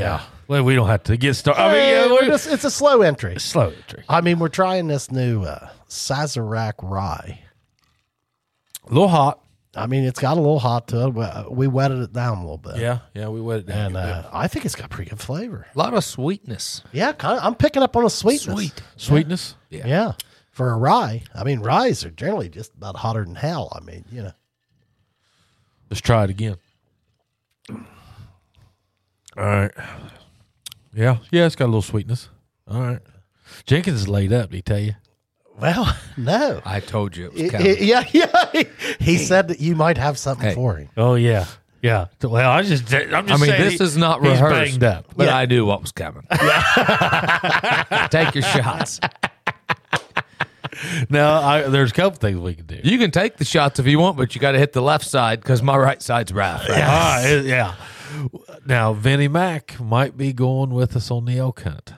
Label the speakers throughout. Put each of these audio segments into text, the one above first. Speaker 1: Yeah. Well, we don't have to get started. I mean, yeah,
Speaker 2: Hey, we're
Speaker 1: we're
Speaker 2: just- it's a slow entry.
Speaker 1: slow entry.
Speaker 2: I mean, we're trying this new uh, Sazerac rye.
Speaker 1: A little hot.
Speaker 2: I mean, it's got a little hot to it. but uh, We wetted it down a little bit.
Speaker 1: Yeah. Yeah. We wet it down.
Speaker 2: And uh, I think it's got pretty good flavor.
Speaker 3: A lot of sweetness.
Speaker 2: Yeah, kind of, I'm picking up on a sweetness.
Speaker 3: Sweet.
Speaker 1: Sweetness.
Speaker 2: Yeah. For a rye, I mean, ryes are generally just about hotter than hell. I mean, you know.
Speaker 1: Let's try it again. All right. Yeah. Yeah. It's got a little sweetness. All right. Jenkins is laid up, did he tell you?
Speaker 2: Well, no.
Speaker 3: I told you it was
Speaker 2: It-
Speaker 3: coming.
Speaker 2: it- yeah, yeah. He said that you might have something
Speaker 3: Hey.
Speaker 2: for him.
Speaker 1: Oh, yeah. Yeah. Well, I just, I'm just
Speaker 3: I mean, this is not rehearsed,
Speaker 1: He's banged up.
Speaker 3: but
Speaker 2: Yeah.
Speaker 3: I knew what was coming. take your shots.
Speaker 1: No, I, there's a couple things we can do.
Speaker 3: You can take the shots if you want, but you got to hit the left side because my right side's right.
Speaker 1: All right, Ah, it- yeah. Now, Vinnie Mac might be going with us on the elk hunt.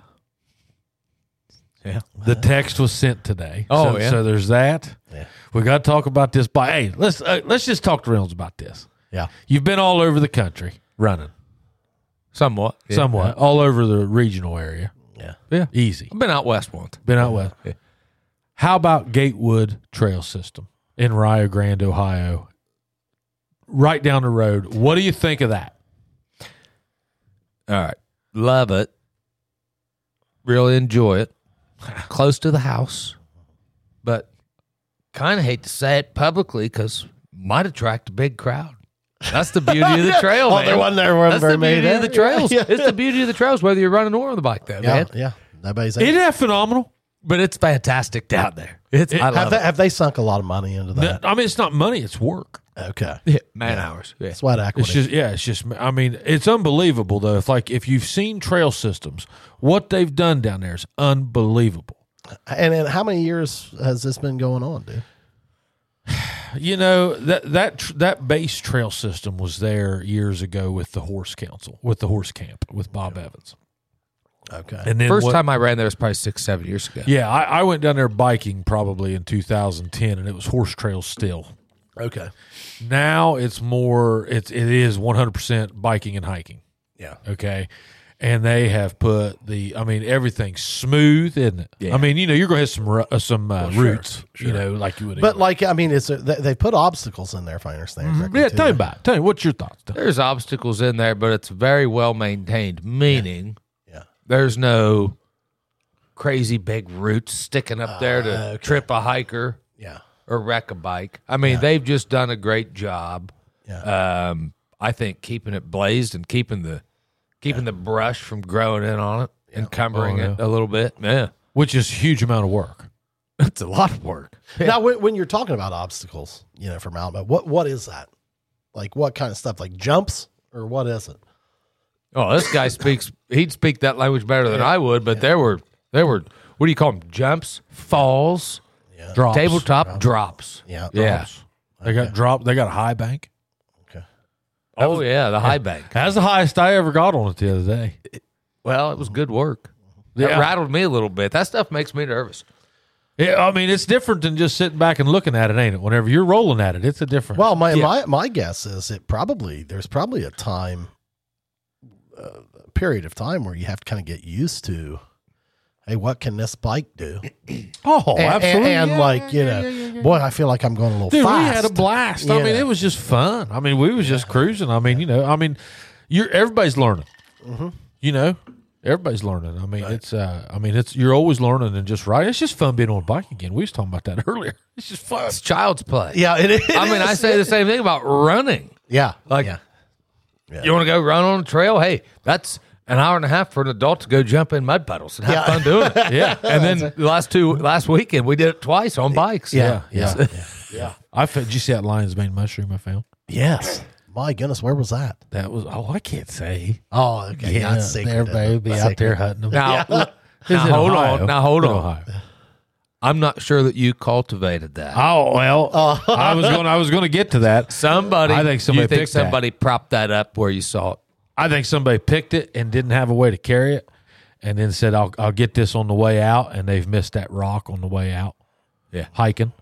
Speaker 3: Yeah.
Speaker 1: The text was sent today.
Speaker 3: Oh,
Speaker 1: so,
Speaker 3: yeah.
Speaker 1: So there's that.
Speaker 2: Yeah.
Speaker 1: We got to talk about this. By hey, let's uh, let's just talk to Reynolds about this.
Speaker 2: Yeah.
Speaker 1: You've been all over the country running,
Speaker 3: Somewhat. Yeah.
Speaker 1: somewhat all over the regional area.
Speaker 2: Yeah.
Speaker 3: Yeah.
Speaker 1: Easy.
Speaker 3: I've been out west once.
Speaker 1: Been out west.
Speaker 3: Yeah.
Speaker 1: How about Gatewood Trail System in Rio Grande, Ohio? Right down the road. What do you think of that?
Speaker 3: All right. Love it. Really enjoy it. Close to the house, but kind of hate to say it publicly because might attract a big crowd. That's the beauty of the trail,
Speaker 2: Oh,
Speaker 3: man.
Speaker 2: there wasn't there wasn't
Speaker 3: That's
Speaker 2: very
Speaker 3: the
Speaker 2: many
Speaker 3: beauty of the
Speaker 2: there.
Speaker 3: trails.
Speaker 2: Yeah, yeah.
Speaker 3: It's the beauty of the trails, whether you're running or on the bike, though,
Speaker 2: Yeah.
Speaker 3: man.
Speaker 2: yeah. Nobody's.
Speaker 1: Isn't that phenomenal?
Speaker 3: But it's fantastic down there. It's I
Speaker 2: have
Speaker 3: love
Speaker 2: they,
Speaker 3: it.
Speaker 2: have they sunk a lot of money into
Speaker 1: No,
Speaker 2: that?
Speaker 1: I mean, it's not money; it's work.
Speaker 2: Okay.
Speaker 3: Yeah, man hours. Yeah.
Speaker 2: Sweat equity.
Speaker 1: It's just yeah, it's just. I mean, it's unbelievable though. If like if you've seen trail systems, what they've done down there is unbelievable.
Speaker 2: and then how many years has this been going on, dude?
Speaker 1: You know that that tr- that base trail system was there years ago with the horse council, with the horse camp, with Bob Evans,
Speaker 2: Okay.
Speaker 1: and then
Speaker 3: First
Speaker 1: what-
Speaker 3: time I ran there was probably six, seven years ago.
Speaker 1: Yeah, I, I went down there biking probably in 2010, and it was horse trails still.
Speaker 2: Okay.
Speaker 1: Now it's more. It's it is 100 percent biking and hiking.
Speaker 2: Yeah.
Speaker 1: okay and they have put the i mean everything's smooth isn't it i mean you know you're gonna have some ru- uh, some uh, roots you know like you would
Speaker 2: But like, I mean, it's a, they, they put obstacles in there, if I understand correctly.
Speaker 1: yeah
Speaker 2: too.
Speaker 1: tell me about it. tell me what's your thoughts Tell me.
Speaker 3: There's obstacles in there, but it's very well maintained, meaning
Speaker 2: Yeah.
Speaker 3: there's no crazy big roots sticking up there to
Speaker 2: okay.
Speaker 3: trip a hiker
Speaker 2: Yeah.
Speaker 3: or wreck a bike. I mean, they've just done a great job.
Speaker 2: Yeah.
Speaker 3: Um, I think keeping it blazed and keeping the keeping the brush from growing in on it, encumbering
Speaker 1: Oh,
Speaker 3: it a little bit. Yeah.
Speaker 1: which is a huge amount of work
Speaker 3: It's a lot of work.
Speaker 2: Now, when, when you're talking about obstacles, you know, from Alabama, what what is that? Like, what kind of stuff? Like jumps or what is it?
Speaker 3: Oh, this guy speaks. He'd speak that language better than I would. But there were there were what do you call them? Jumps, falls,
Speaker 1: drops
Speaker 3: tabletop drops.
Speaker 2: Yeah.
Speaker 3: Yeah.
Speaker 1: they got drop they got a high bank
Speaker 3: Oh yeah, the high bank.
Speaker 1: that's the highest i ever got on it the other day
Speaker 3: Well, it was good work. That
Speaker 1: Yeah.
Speaker 3: rattled me a little bit. That stuff makes me nervous.
Speaker 1: yeah, i mean it's different than just sitting back and looking at it ain't it whenever you're rolling at it it's a different
Speaker 2: Well, my my my guess is it probably there's probably a time, uh, period of time where you have to kind of get used to. Hey, what can this bike do?
Speaker 1: oh
Speaker 2: And-
Speaker 1: absolutely
Speaker 2: And,
Speaker 1: Yeah,
Speaker 2: like
Speaker 1: yeah,
Speaker 2: you
Speaker 1: yeah,
Speaker 2: know,
Speaker 1: yeah, yeah, yeah.
Speaker 2: boy, I feel like I'm going a little
Speaker 1: Dude,
Speaker 2: fast.
Speaker 1: we had a blast. I
Speaker 2: Yeah.
Speaker 1: mean, it was just fun. I mean, we was just cruising. I mean, you know, I mean, you're everybody's learning. You know, everybody's learning. I mean, it's uh, I mean, it's you're always learning and just right. It's just fun being on a bike again. We was talking about that earlier. It's just fun.
Speaker 3: It's child's play.
Speaker 2: Yeah, it, it
Speaker 3: I mean, I
Speaker 2: is.
Speaker 3: say the same thing about running.
Speaker 2: yeah,
Speaker 3: Like,
Speaker 2: yeah.
Speaker 3: you want to go run on a trail? Hey, that's an hour and a half for an adult to go jump in mud puddles and have
Speaker 2: Yeah.
Speaker 3: fun doing it. yeah. And then last two last weekend we did it twice on bikes.
Speaker 2: Yeah.
Speaker 1: yeah, yeah. I found, did you see that lion's mane mushroom I found?
Speaker 2: Yes. My goodness, where was that?
Speaker 1: That was oh, I can't say.
Speaker 2: Oh, okay. Yeah, it's
Speaker 1: there,
Speaker 2: sacred.
Speaker 1: baby, out there hunting them.
Speaker 3: Now,
Speaker 1: It's
Speaker 3: now
Speaker 1: in
Speaker 3: hold
Speaker 1: Ohio.
Speaker 3: on. Now hold
Speaker 1: In
Speaker 3: on.
Speaker 1: Ohio.
Speaker 3: I'm not sure that you cultivated that.
Speaker 1: Oh well, I was going. I was going to get to that.
Speaker 3: somebody,
Speaker 1: I think somebody
Speaker 3: you think
Speaker 1: picked that.
Speaker 3: somebody propped that up where you saw it.
Speaker 1: I think somebody picked it and didn't have a way to carry it, and then said, "I'll I'll get this on the way out," and they've missed that rock on the way out.
Speaker 3: Yeah.
Speaker 1: hiking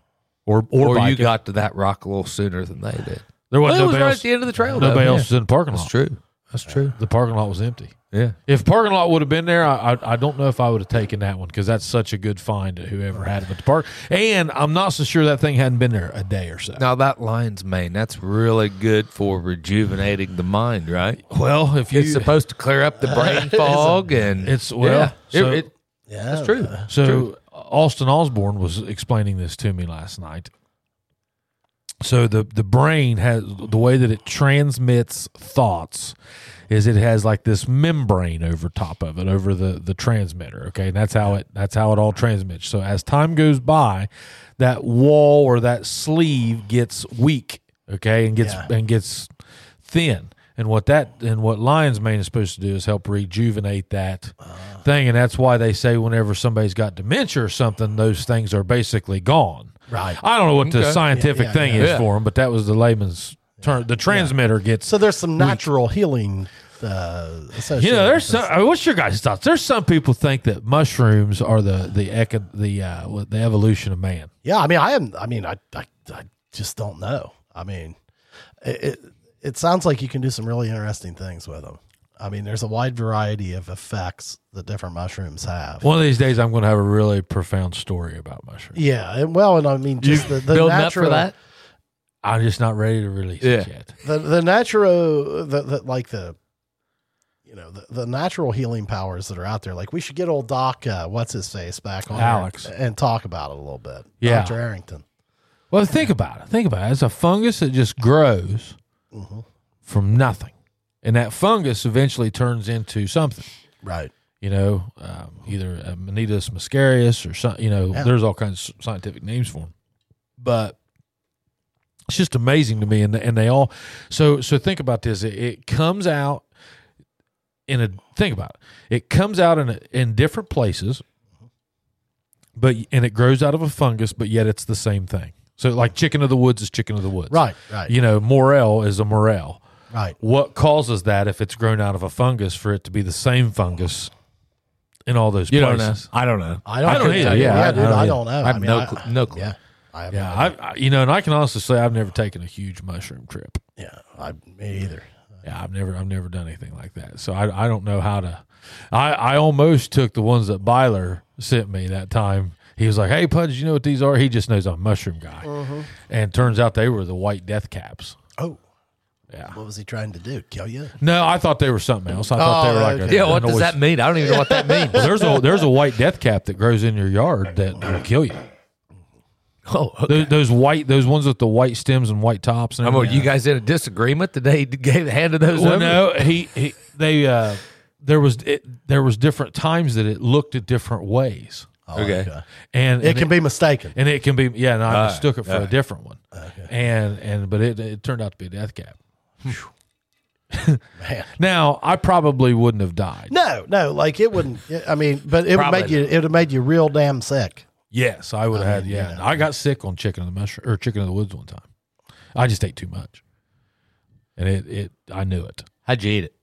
Speaker 1: or or,
Speaker 3: or you
Speaker 1: biking.
Speaker 3: got to that rock a little sooner than they did.
Speaker 1: there
Speaker 3: Well,
Speaker 1: wasn't
Speaker 3: it was
Speaker 1: nobody
Speaker 3: right
Speaker 1: else.
Speaker 3: at the end of the trail.
Speaker 1: nobody
Speaker 3: though.
Speaker 1: else was in the parking lot.
Speaker 3: That's true. That's true.
Speaker 1: The parking lot was empty.
Speaker 3: Yeah.
Speaker 1: If parking lot would have been there, I, I I don't know if I would have taken that one because that's such a good find to whoever had it at the park. And I'm not so sure that thing hadn't been there a day or so.
Speaker 3: Now that lion's mane, that's really good for rejuvenating the mind, right?
Speaker 1: Well, if you
Speaker 3: It's supposed to clear up the brain fog and
Speaker 1: It's- well,
Speaker 3: Yeah. It-
Speaker 1: so-
Speaker 3: it-
Speaker 2: Yeah,
Speaker 3: that's true.
Speaker 1: So uh, Austin Osborne was explaining this to me last night. So the the brain has the way that it transmits thoughts is it has like this membrane over top of it over the the transmitter okay and that's how it that's how it all transmits so as time goes by that wall or that sleeve gets weak okay and gets
Speaker 2: Yeah.
Speaker 1: and gets thin and what that and what lion's mane is supposed to do is help rejuvenate that thing and that's why they say whenever somebody's got dementia or something those things are basically gone
Speaker 2: Right.
Speaker 1: i don't know what the
Speaker 3: Okay.
Speaker 1: scientific
Speaker 2: yeah,
Speaker 1: thing
Speaker 2: yeah.
Speaker 1: is
Speaker 3: Yeah.
Speaker 1: for them but that was the layman's term the transmitter gets
Speaker 2: So there's some natural healing uh, associated.
Speaker 1: you know, there's
Speaker 2: with
Speaker 1: some. I mean, what's your guys' thoughts? There's some people think that mushrooms are the the eco, the uh, what- the evolution of man.
Speaker 2: Yeah, I mean, I am. I mean, I, I, I just don't know. I mean, it, it it sounds like you can do some really interesting things with them. I mean, there's a wide variety of effects that different mushrooms have.
Speaker 1: One of these days, I'm going to have a really profound story about mushrooms.
Speaker 2: yeah, and well, and I mean, just the, the
Speaker 3: building
Speaker 2: natural,
Speaker 3: up for that.
Speaker 1: I'm just not ready to release it
Speaker 3: Yeah.
Speaker 1: yet.
Speaker 2: the the natural, the, the like the, you know, the, the natural healing powers that are out there. Like we should get old Doc, uh, what's his face, back on here
Speaker 1: Alex.
Speaker 2: and talk about it a little bit.
Speaker 1: Yeah.
Speaker 2: Doctor Arrington.
Speaker 1: Well, think about it. Think about it. It's a fungus that just grows
Speaker 2: Mhm.
Speaker 1: from nothing, and that fungus eventually turns into something.
Speaker 2: Right.
Speaker 1: You know, um, either uh, Manitas muscarius or some. You know,
Speaker 2: Yeah.
Speaker 1: there's all kinds of scientific names for them, but it's just amazing to me. And and they all so so think about this. It, it comes out in a think about it. It comes out in a, in different places, but and it grows out of a fungus, but yet it's the same thing. So like chicken of the woods is chicken of the woods,
Speaker 2: Right. Right.
Speaker 1: You know, morel is a morel.
Speaker 2: Right.
Speaker 1: What causes that if it's grown out of a fungus for it to be the same fungus in all those
Speaker 3: You don't know.
Speaker 1: places?
Speaker 3: I don't know.
Speaker 2: I don't,
Speaker 1: I don't
Speaker 2: couldn't
Speaker 1: either.
Speaker 2: tell you.
Speaker 1: Yeah, I- I
Speaker 2: dude,
Speaker 1: don't
Speaker 2: I
Speaker 1: either.
Speaker 2: don't know.
Speaker 3: I have
Speaker 2: mean,
Speaker 3: no, cl- no clue.
Speaker 2: Yeah, I have
Speaker 1: Yeah,
Speaker 2: no-
Speaker 1: I, I you know, and I can honestly say I've never taken a huge mushroom trip.
Speaker 2: yeah, I me either.
Speaker 1: Yeah, I've never I've never done anything like that. So I I don't know how to I I almost took the ones that Byler sent me that time. He was like, "Hey Pudge, you know what these are?" He just knows I'm a mushroom guy.
Speaker 3: Mm-hmm.
Speaker 1: And turns out they were the white death caps.
Speaker 2: Oh,
Speaker 1: Yeah.
Speaker 2: what was he trying to do? Kill you?
Speaker 1: No, I thought they were something else. I thought
Speaker 2: Oh,
Speaker 1: they were like
Speaker 2: okay.
Speaker 1: a,
Speaker 3: Yeah, what
Speaker 1: a
Speaker 3: does
Speaker 1: noise-
Speaker 3: that mean? I don't even know what that means.
Speaker 1: Well, there's a there's a white death cap that grows in your yard that will kill you.
Speaker 3: oh, okay.
Speaker 1: Those, those white those ones with the white stems and white tops and
Speaker 3: I'm, are
Speaker 1: everything.
Speaker 3: you guys in a disagreement that they gave handed those
Speaker 1: Well,
Speaker 3: over?
Speaker 1: no, he, he they uh, there was it, there was different times that it looked at different ways,
Speaker 2: Oh,
Speaker 3: Okay.
Speaker 1: and,
Speaker 2: It can be mistaken.
Speaker 1: and it can be yeah. And I mistook it for a
Speaker 3: alright.
Speaker 1: different one, and and but it it turned out to be a death cap.
Speaker 2: Man.
Speaker 1: Now I probably wouldn't have died.
Speaker 2: No, no, like it wouldn't. I mean, but it would
Speaker 3: Probably
Speaker 2: make you. It would have made you real damn sick.
Speaker 1: Yes, I would have had.
Speaker 2: mean,
Speaker 1: Yeah,
Speaker 2: yeah.
Speaker 1: I got sick on chicken of the mushroom or chicken of the woods one time. I just ate too much, and it it I knew it.
Speaker 3: How'd you eat it?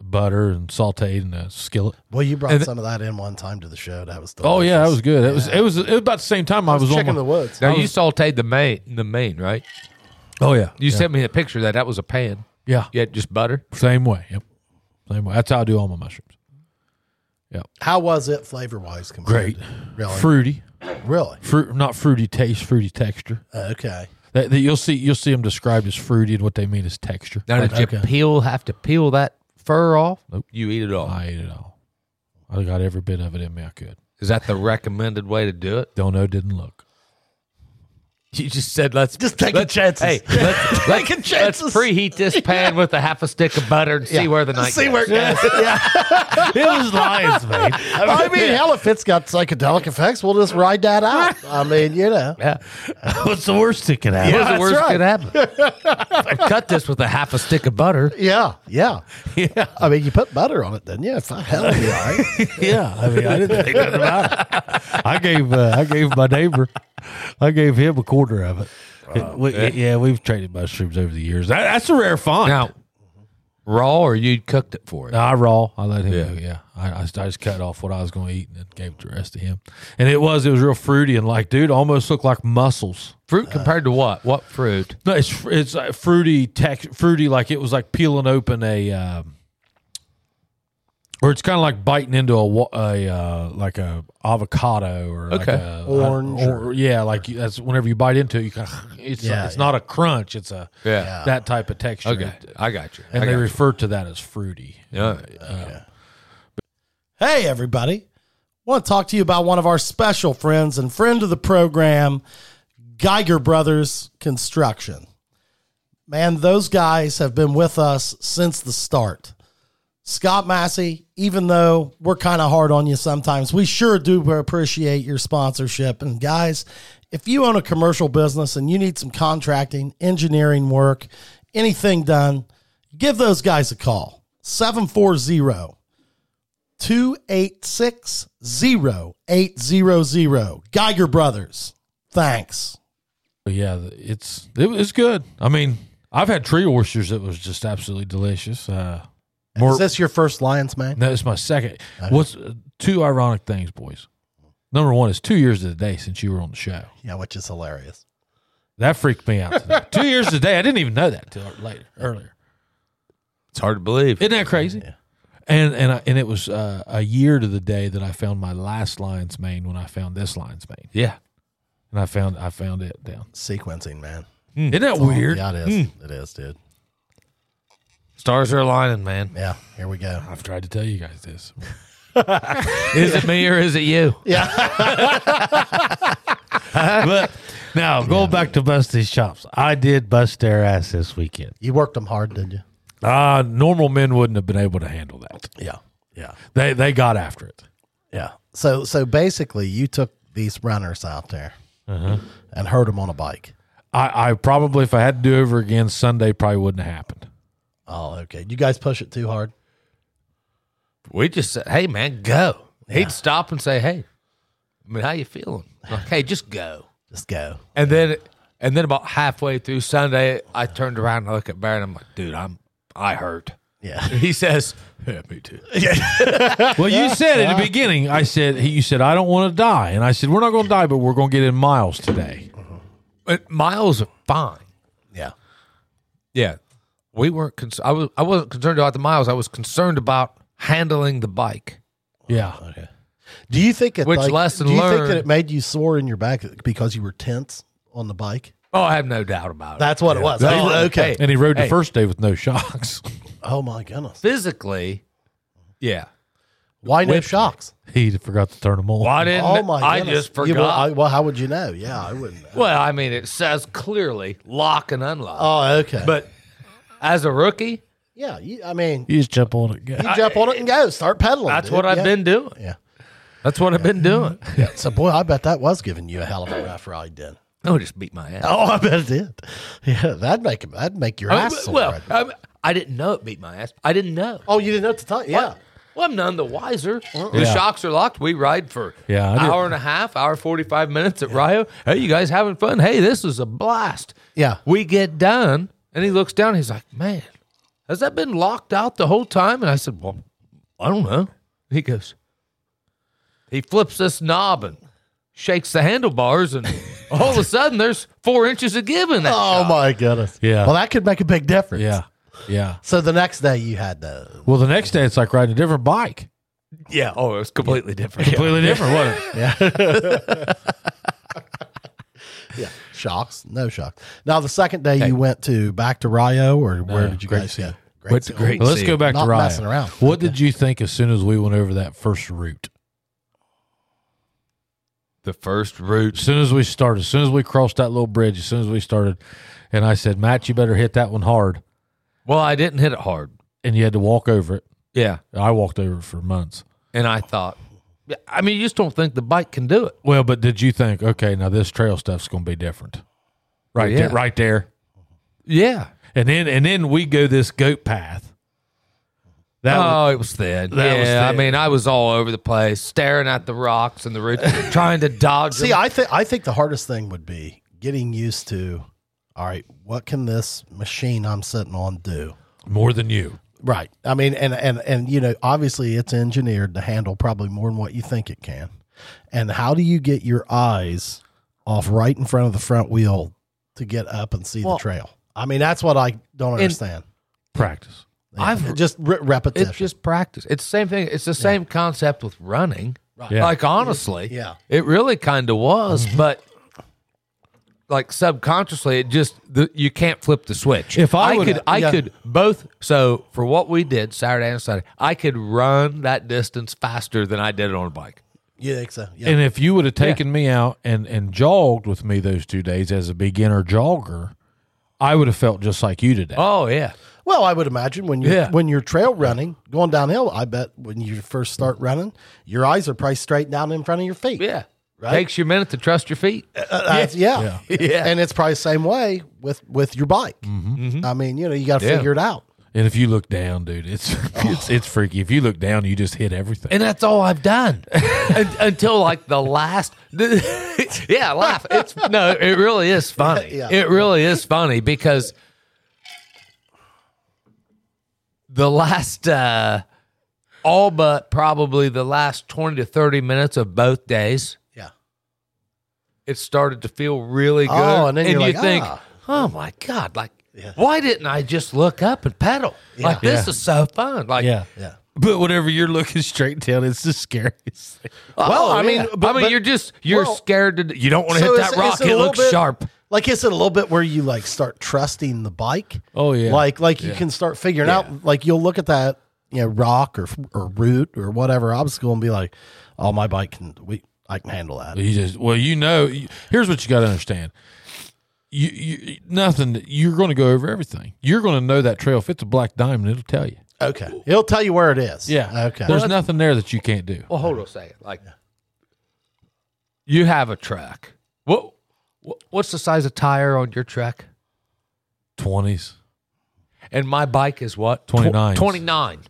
Speaker 1: Butter and sauteed in a skillet.
Speaker 2: Well, you brought
Speaker 3: And-
Speaker 2: some of that in one time to the show. That was delicious.
Speaker 1: Oh yeah, that was good. It was it was it was about the same time I was on.
Speaker 2: chicken in
Speaker 1: my-
Speaker 2: the woods.
Speaker 3: Now you sauteed the main, the main, right?
Speaker 1: oh yeah,
Speaker 3: You
Speaker 1: yeah.
Speaker 3: sent me a picture of that that was a pan.
Speaker 1: yeah.
Speaker 3: Yeah, just butter.
Speaker 1: Same way. Yep. Same way. That's how I do all my mushrooms.
Speaker 2: How was it flavor wise?
Speaker 1: Great.
Speaker 2: really,
Speaker 1: Fruity.
Speaker 2: really. Uh,
Speaker 1: Fruit not fruity taste, fruity texture.
Speaker 2: Okay,
Speaker 1: That, that you'll see you'll see them described as fruity and what they mean is texture.
Speaker 3: Now, did you peel? Have to peel that fur off?
Speaker 1: Nope.
Speaker 3: You eat it all.
Speaker 1: I ate it all. I got every bit of it in me I could.
Speaker 3: Is that the recommended way to do it?
Speaker 1: Don't know, didn't look.
Speaker 3: You just said let's
Speaker 2: Just taking
Speaker 3: let's-
Speaker 2: chances.
Speaker 3: Hey, let's, let's,
Speaker 2: Taking
Speaker 3: let's
Speaker 2: chances.
Speaker 3: preheat this pan with a half a stick of butter and see where the night.
Speaker 2: see
Speaker 3: goes.
Speaker 2: where it goes. Yeah.
Speaker 1: It was lions, man.
Speaker 2: I mean, hell, if it's got psychedelic effects, we'll just ride that out. I mean, you know,
Speaker 3: Yeah,
Speaker 1: What's the worst that could
Speaker 3: what's
Speaker 1: happen?
Speaker 3: the
Speaker 2: that's
Speaker 3: worst
Speaker 2: right.
Speaker 3: could happen? Cut this with a half a stick of butter.
Speaker 2: yeah, yeah, yeah. I mean, you put butter on it, didn't you? If I hell, eh? it'd be all right.
Speaker 1: Yeah, I mean, I didn't think nothing about it. I gave uh, I gave my neighbor, I gave him a quarter of it. It- we- yeah, we've traded mushrooms over the years. That, that's a rare find.
Speaker 3: Now, raw or you cooked it for it?
Speaker 1: No, I raw. I let him
Speaker 3: Yeah.
Speaker 1: go. Yeah, I, I, just- I just cut off what I was going to eat and then gave the rest to him. And it was it was real fruity and like, dude, almost looked like mussels.
Speaker 3: Fruit compared to what? What fruit?
Speaker 1: No, it's it's uh, like fruity text, fruity like it was like peeling open a um, or it's kind of like biting into a, wa- a uh, like a avocado or like
Speaker 3: Okay.
Speaker 1: a-
Speaker 2: Orange
Speaker 1: or, yeah, like you, that's whenever you bite into it, you kind it's
Speaker 2: Yeah,
Speaker 1: it's
Speaker 2: yeah.
Speaker 1: not a crunch, it's a
Speaker 3: Yeah.
Speaker 1: that type of texture.
Speaker 3: Okay. I got you.
Speaker 1: and
Speaker 3: I
Speaker 1: they
Speaker 3: got you.
Speaker 1: refer to that as fruity.
Speaker 3: Yeah.
Speaker 2: Hey, everybody. want to talk to you about one of our special friends and friend of the program, Geiger Brothers Construction. Man, those guys have been with us since the start. Scott Massey, even though we're kind of hard on you sometimes, we sure do appreciate your sponsorship. And guys, if you own a commercial business and you need some contracting, engineering work, anything done, give those guys a call. 740 286 0800. Geiger Brothers. Thanks.
Speaker 1: But yeah, the- it's it was good. I mean, I've had tree oysters that was just absolutely delicious. Uh, more,
Speaker 2: Is this your first Lions, man?
Speaker 1: no, it's my second. What's uh, two ironic things, boys? Number one is two years to the day since you were on the show.
Speaker 2: Yeah, which is hilarious.
Speaker 1: That freaked me out. today. two years to the day. I didn't even know that till later, earlier.
Speaker 3: It's hard to believe.
Speaker 1: Isn't that crazy? And and I, and it was uh, a year to the day that I found my last lion's mane when I found this lion's mane,
Speaker 3: yeah.
Speaker 1: and I found I found it down.
Speaker 2: Sequencing, man.
Speaker 1: Isn't that weird?
Speaker 2: Yeah, it is.
Speaker 3: Hmm.
Speaker 2: It is, dude.
Speaker 3: Stars are aligning, man.
Speaker 2: Yeah, here we go.
Speaker 1: I've tried to tell you guys this.
Speaker 3: Is it me or is it you?
Speaker 1: but now going back to Busty's shops, I did bust their ass this weekend.
Speaker 2: You worked them hard, did you?
Speaker 1: Uh, normal men wouldn't have been able to handle that.
Speaker 2: Yeah. Yeah.
Speaker 1: They they got after it.
Speaker 2: Yeah. So so basically, you took these runners out there
Speaker 3: Uh-huh.
Speaker 2: and hurt them on a bike.
Speaker 1: I, I probably if I had to do over again Sunday probably wouldn't have happened.
Speaker 2: Oh, okay. You guys push it too hard?
Speaker 3: We just said, hey, man, go. He'd stop and say, hey, I mean, how you feeling? Like, hey, just go.
Speaker 2: Just go.
Speaker 3: And then, and then about halfway through Sunday, I turned around and I look at Barry and I'm like, dude, I'm, I hurt.
Speaker 2: Yeah.
Speaker 3: He says, yeah, me too.
Speaker 1: Well, you said at the beginning, I said he, you said I don't want to die, and I said we're not going to die, but we're going to get in miles today.
Speaker 3: But Miles are fine.
Speaker 2: Yeah.
Speaker 3: Yeah. We weren't, cons- I, was, I wasn't concerned about the miles. I was concerned about handling the bike.
Speaker 1: Yeah,
Speaker 2: Do you think it
Speaker 3: Which
Speaker 2: like,
Speaker 3: lesson
Speaker 2: Do you think
Speaker 3: learned-
Speaker 2: that it made you sore in your back because you were tense on the bike?
Speaker 3: Oh, I have no doubt about it.
Speaker 2: That's what it was.
Speaker 3: That's
Speaker 2: Oh,
Speaker 3: what-
Speaker 2: okay.
Speaker 3: hey.
Speaker 1: and he rode the first day with no shocks.
Speaker 2: Oh my goodness.
Speaker 3: physically, yeah.
Speaker 2: Why no shocks?
Speaker 1: he forgot to turn them on.
Speaker 3: Why didn't
Speaker 2: Oh my!
Speaker 3: I
Speaker 2: goodness.
Speaker 3: just
Speaker 2: Yeah, well,
Speaker 3: forgot?
Speaker 2: I- well, how would you know? Yeah, I wouldn't. know.
Speaker 3: well, I mean, it says clearly lock and unlock.
Speaker 2: Oh, okay.
Speaker 3: But as a rookie,
Speaker 2: yeah, you, I mean,
Speaker 1: You just jump on it.
Speaker 2: you jump on it and go. Start pedaling.
Speaker 3: that's
Speaker 2: dude.
Speaker 3: what I've
Speaker 2: Yeah.
Speaker 3: been doing.
Speaker 2: Yeah.
Speaker 3: That's what I've been doing.
Speaker 2: yeah. So, boy, I bet that was giving you a hell of a rough ride then.
Speaker 3: No, it just beat my ass.
Speaker 2: Oh, I bet it did. Oh, uh, Yeah, that'd make him. That'd make your
Speaker 3: I mean,
Speaker 2: ass sore.
Speaker 3: well,
Speaker 2: I'd-
Speaker 3: I, mean, I didn't know it beat my ass. I didn't know.
Speaker 2: oh, you didn't know at the time. Yeah.
Speaker 3: Well, I'm none the wiser. The
Speaker 1: Yeah.
Speaker 3: shocks are locked. We ride for
Speaker 1: Yeah, I
Speaker 3: an
Speaker 1: did-
Speaker 3: hour and a half, hour forty five minutes at Rio. Hey, you guys having fun? Hey, this is a blast.
Speaker 2: Yeah.
Speaker 3: We get done, and he looks down. He's like, "Man, has that been locked out the whole time?" And I said, "Well, I don't know." He goes, he flips this knob and shakes the handlebars, and all of a sudden there's four inches of give in that.
Speaker 2: Oh
Speaker 3: shot.
Speaker 2: my goodness.
Speaker 1: Yeah.
Speaker 2: Well, that could make a big difference.
Speaker 1: Yeah, yeah.
Speaker 2: So the next day you had to.
Speaker 1: Well, the next day it's like riding a different bike,
Speaker 3: Yeah. Oh, it was completely different.
Speaker 1: completely different. What?
Speaker 2: Yeah. Shocks. No shocks. Now the second day you went to back to Rio or where did you
Speaker 1: great
Speaker 2: guys
Speaker 1: to see
Speaker 2: go?
Speaker 1: you.
Speaker 2: Great.
Speaker 3: What's
Speaker 2: see.
Speaker 3: great?
Speaker 1: Let's
Speaker 3: see.
Speaker 1: go back
Speaker 2: Not
Speaker 1: to Ryan.
Speaker 2: messing around.
Speaker 1: What did you think as soon as we went over that first route?
Speaker 3: The first route.
Speaker 1: As soon as we started, as soon as we crossed that little bridge, as soon as we started, and I said, Matt, you better hit that one hard.
Speaker 3: Well, I didn't hit it hard.
Speaker 1: And you had to walk over it.
Speaker 3: Yeah.
Speaker 1: I walked over it for months.
Speaker 3: And I thought, yeah, I mean, you just don't think the bike can do it.
Speaker 1: Well, but did you think, okay, now this trail stuff's going to be different? Right
Speaker 3: Yeah.
Speaker 1: there, right there.
Speaker 3: Yeah.
Speaker 1: And then and then we go this goat path. That was,
Speaker 3: oh, it was thin.
Speaker 1: that
Speaker 3: yeah,
Speaker 1: was
Speaker 3: I
Speaker 1: thin.
Speaker 3: mean, I was all over the place, staring at the rocks and the roots, trying to dodge.
Speaker 2: See,
Speaker 3: them.
Speaker 2: I think I think the hardest thing would be getting used to. All right, what can this machine I'm sitting on do?
Speaker 1: more than you.
Speaker 2: Right. I mean, and and and you know, obviously, it's engineered to handle probably more than what you think it can. And how do you get your eyes off right in front of the front wheel to get up and see
Speaker 3: Well-
Speaker 2: the trail? I mean, that's what I don't understand.
Speaker 1: Practice.
Speaker 3: I've-
Speaker 2: just re- repetition.
Speaker 3: It's just practice. It's the same thing. It's the same concept with running.
Speaker 1: Yeah.
Speaker 3: Like honestly,
Speaker 2: Yeah.
Speaker 3: it really kind of was, but like subconsciously, it just the, you can't flip the switch.
Speaker 1: If I would-
Speaker 3: could, I
Speaker 2: yeah.
Speaker 3: could both. So for what we did Saturday and Sunday, I could run that distance faster than I did it on a bike.
Speaker 2: you think so? Yeah.
Speaker 1: And if you would have taken me out and, and jogged with me those two days as a beginner jogger, I would have felt just like you today.
Speaker 3: Oh yeah,
Speaker 2: Well, I would imagine when you
Speaker 3: Yeah.
Speaker 2: when you're trail running, going downhill, I bet when you first start running, your eyes are probably straight down in front of your feet.
Speaker 3: yeah. Takes you a minute to trust your feet.
Speaker 2: Uh, that's- yeah.
Speaker 3: Yeah. Yeah.
Speaker 2: And it's probably the same way with with your bike. I mean, you know, you got to
Speaker 3: Yeah.
Speaker 2: figure it out.
Speaker 1: And if you look down, dude, it's it's, it's freaky. If you look down, you just hit everything.
Speaker 3: and that's all I've done Un- until like the last. yeah, laugh. It's no, it really is funny.
Speaker 2: Yeah.
Speaker 3: It really is funny because the last uh all but probably the last 20 to 30 minutes of both days
Speaker 2: Yeah.
Speaker 3: it started to feel really good
Speaker 2: Oh, and then you're
Speaker 3: you
Speaker 2: like,
Speaker 3: think
Speaker 2: ah.
Speaker 3: oh my god like why didn't i just look up and pedal like this
Speaker 1: Yeah.
Speaker 3: is so fun like
Speaker 2: Yeah.
Speaker 1: But whenever you're looking straight down, it's the scariest thing.
Speaker 3: Well, Oh, I mean,
Speaker 2: yeah.
Speaker 3: I mean, you're just you're
Speaker 2: well,
Speaker 3: scared to you don't want to
Speaker 2: So
Speaker 3: hit
Speaker 2: is it- is
Speaker 3: that
Speaker 2: it
Speaker 3: rock.
Speaker 2: a
Speaker 3: It,
Speaker 2: little
Speaker 3: looks
Speaker 2: bit-
Speaker 3: sharp.
Speaker 2: Like is it a little bit where you like start trusting the bike?
Speaker 1: Oh, yeah.
Speaker 2: Like like you can start figuring out like you'll look at that you know rock or or root or whatever obstacle and be like, oh my bike can we I can handle that.
Speaker 1: You just well, you know. you- Here's what you got to understand. You, you nothing. You're going to go over everything. You're going to know that trail. If it's a black diamond, it'll tell you.
Speaker 2: Okay, it'll tell you where it is. Okay.
Speaker 1: There's nothing there that you can't do.
Speaker 3: Well, hold on a second. Like, you have a truck. What, what what's the size of tire on your truck?
Speaker 1: Twenties.
Speaker 3: And my bike is what
Speaker 1: 29s.
Speaker 3: Twenty nine.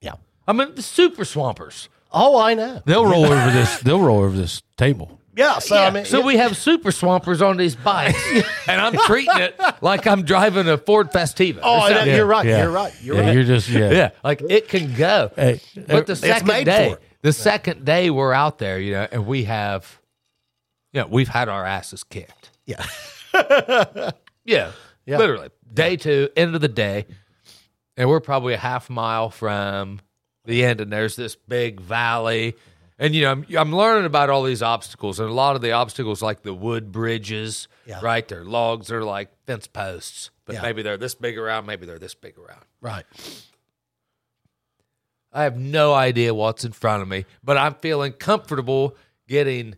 Speaker 2: yeah.
Speaker 3: I mean, the super swampers.
Speaker 2: Oh, I know.
Speaker 1: They'll roll over this. They'll roll over this table.
Speaker 2: Yeah. So I mean,
Speaker 3: so we have super swampers on these bikes, and I'm treating it like I'm driving a Ford Festiva. or
Speaker 2: Oh, I know.
Speaker 3: something.
Speaker 2: you're right.
Speaker 1: Yeah.
Speaker 2: You're right. You're
Speaker 1: yeah,
Speaker 2: right.
Speaker 1: You're just yeah.
Speaker 3: Yeah, like it can go.
Speaker 1: Hey,
Speaker 3: but the
Speaker 2: made
Speaker 3: second
Speaker 2: for
Speaker 3: day,
Speaker 2: it.
Speaker 3: the second day we're out there, you know, and we have, yeah, we've had our asses kicked.
Speaker 2: yeah.
Speaker 3: Yeah, literally day two, end of the day, and we're probably a half mile from the end, and there's this big valley, and you know, I'm, I'm learning about all these obstacles, and a lot of the obstacles, like the wood bridges,
Speaker 2: Yeah.
Speaker 3: right? They're logs, they're like fence posts, but
Speaker 2: Yeah.
Speaker 3: maybe they're this big around, maybe they're this big around.
Speaker 2: Right.
Speaker 3: I have no idea what's in front of me, but I'm feeling comfortable getting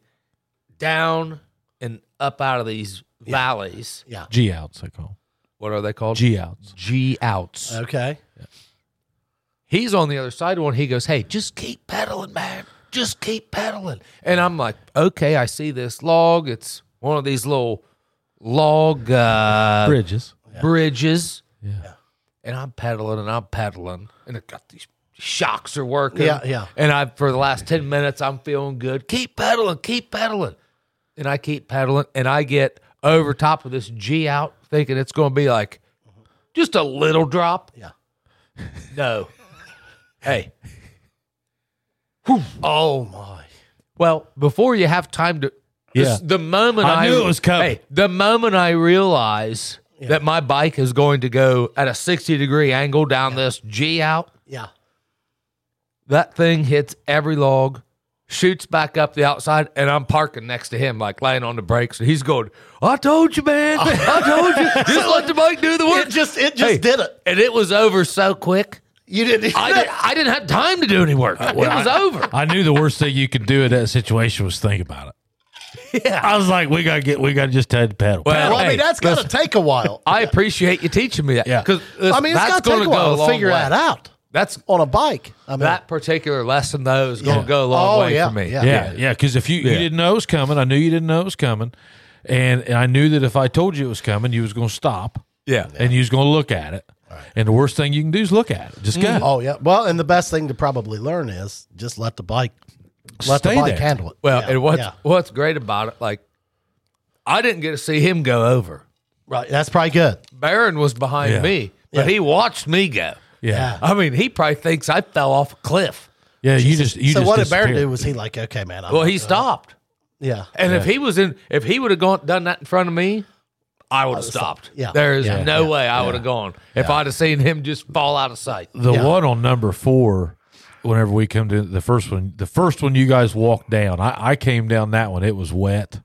Speaker 3: down and up out of these valleys.
Speaker 1: G outs. I call
Speaker 3: What are they called?
Speaker 1: G outs.
Speaker 3: G outs.
Speaker 2: Okay.
Speaker 3: He's on the other side of one. He goes, Hey, just keep pedaling, man. Just keep pedaling. And I'm like, Okay, I see this log. It's one of these little log uh,
Speaker 1: Bridges.
Speaker 3: bridges.
Speaker 1: Yeah.
Speaker 3: And I'm pedaling and I'm pedaling. And I got these shocks are working.
Speaker 2: Yeah, yeah.
Speaker 3: And I for the last 10 minutes I'm feeling good. Keep pedaling, keep pedaling. And I keep pedaling and I get over top of this G out thinking it's gonna be like just a little drop.
Speaker 2: Yeah.
Speaker 3: No. hey.
Speaker 2: Oh my.
Speaker 3: Well, before you have time to
Speaker 1: Yeah.
Speaker 3: the moment
Speaker 1: I knew it was coming.
Speaker 3: Hey, the moment I realize that my bike is going to go at a 60 degree angle down this G out,
Speaker 2: Yeah.
Speaker 3: that thing hits every log, shoots back up the outside, and I'm parking next to him, like laying on the brakes. And he's going, I told you, man. I told you. Just let the bike do the work.
Speaker 2: It just it just
Speaker 3: Hey.
Speaker 2: did it.
Speaker 3: and it was over so quick.
Speaker 2: You didn't.
Speaker 3: I, did, I didn't have time to do any work.
Speaker 2: Uh,
Speaker 3: it was over.
Speaker 1: I knew the worst thing you could do in that situation was think about it. Yeah. I was like, we gotta get, we gotta just take the pedal.
Speaker 3: Well,
Speaker 2: well, I
Speaker 3: hey,
Speaker 2: mean, that's got to take a while.
Speaker 3: I appreciate you teaching me that.
Speaker 1: Yeah.
Speaker 3: because
Speaker 2: I mean, it's
Speaker 3: that's
Speaker 2: got to
Speaker 3: going
Speaker 2: take
Speaker 3: to
Speaker 2: a
Speaker 3: go a
Speaker 2: while to
Speaker 3: long
Speaker 2: figure
Speaker 3: way.
Speaker 2: that out
Speaker 3: That's
Speaker 2: on a bike. I mean,
Speaker 3: that particular lesson though is going to go a long
Speaker 2: Oh,
Speaker 3: way
Speaker 2: yeah,
Speaker 3: for me.
Speaker 2: yeah.
Speaker 1: yeah, yeah. Because if you you didn't know it was coming, I knew you didn't know it was coming, and, and I knew that if I told you it was coming, you was gonna stop
Speaker 3: yeah.
Speaker 1: and you was gonna look at it. And the worst thing you can do is look at it. Just go.
Speaker 2: oh yeah. Well, and the best thing to probably learn is just let the bike let
Speaker 1: Stay
Speaker 2: the bike
Speaker 1: there.
Speaker 2: handle it.
Speaker 3: Well,
Speaker 2: Yeah,
Speaker 3: and what's
Speaker 2: yeah.
Speaker 3: what's great about it, like I didn't get to see him go over.
Speaker 2: right? That's probably good.
Speaker 3: Baron was behind
Speaker 1: Yeah.
Speaker 3: me, but
Speaker 2: Yeah.
Speaker 3: he watched me go.
Speaker 1: yeah,
Speaker 3: I mean, he probably thinks I fell off a cliff.
Speaker 1: yeah. You just you
Speaker 2: so
Speaker 1: just
Speaker 2: what did Baron
Speaker 1: disappear.
Speaker 2: do? Was he like, okay, man? I'm,
Speaker 3: Well, he stopped,
Speaker 2: yeah.
Speaker 3: and if he was in, if he would have gone done that in front of me, I would have stopped.
Speaker 2: yeah.
Speaker 3: There is
Speaker 1: Yeah,
Speaker 3: no way I would have gone if I'd have seen him just fall out of sight.
Speaker 1: The
Speaker 2: Yeah.
Speaker 1: one on number four, whenever we come to the first one, the first one you guys walked down, I, I came down that one. It was wet.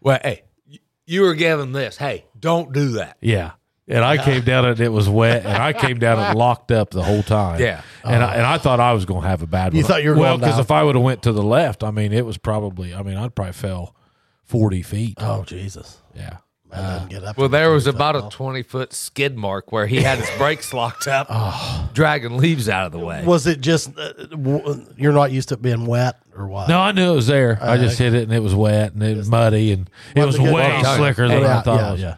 Speaker 3: Well, hey, y- you were given this. Hey, don't do that.
Speaker 1: Yeah. And I came down and it was wet, and I came down and locked up the whole time.
Speaker 3: Yeah.
Speaker 1: and I, and I thought I was going to have a bad.
Speaker 2: You
Speaker 1: one.
Speaker 2: thought you were
Speaker 1: well
Speaker 2: going down.
Speaker 1: if I would have went to the left, I mean, it was probably. I mean, I'd probably fell forty feet.
Speaker 2: Oh Jesus!
Speaker 1: yeah,
Speaker 2: Man, I didn't get up.
Speaker 3: Uh, Well, there was about a 20 foot skid mark where he had his brakes locked up, dragging leaves out of the way.
Speaker 2: was it just uh, w- you're not used to it being wet or what?
Speaker 1: no, I knew it was there. I just hit it, and it was wet, and it was muddy, and it was
Speaker 2: a Uh, good
Speaker 1: way
Speaker 2: time.
Speaker 1: slicker than
Speaker 2: yeah,
Speaker 1: I thought.
Speaker 2: yeah,
Speaker 1: it was.
Speaker 2: yeah.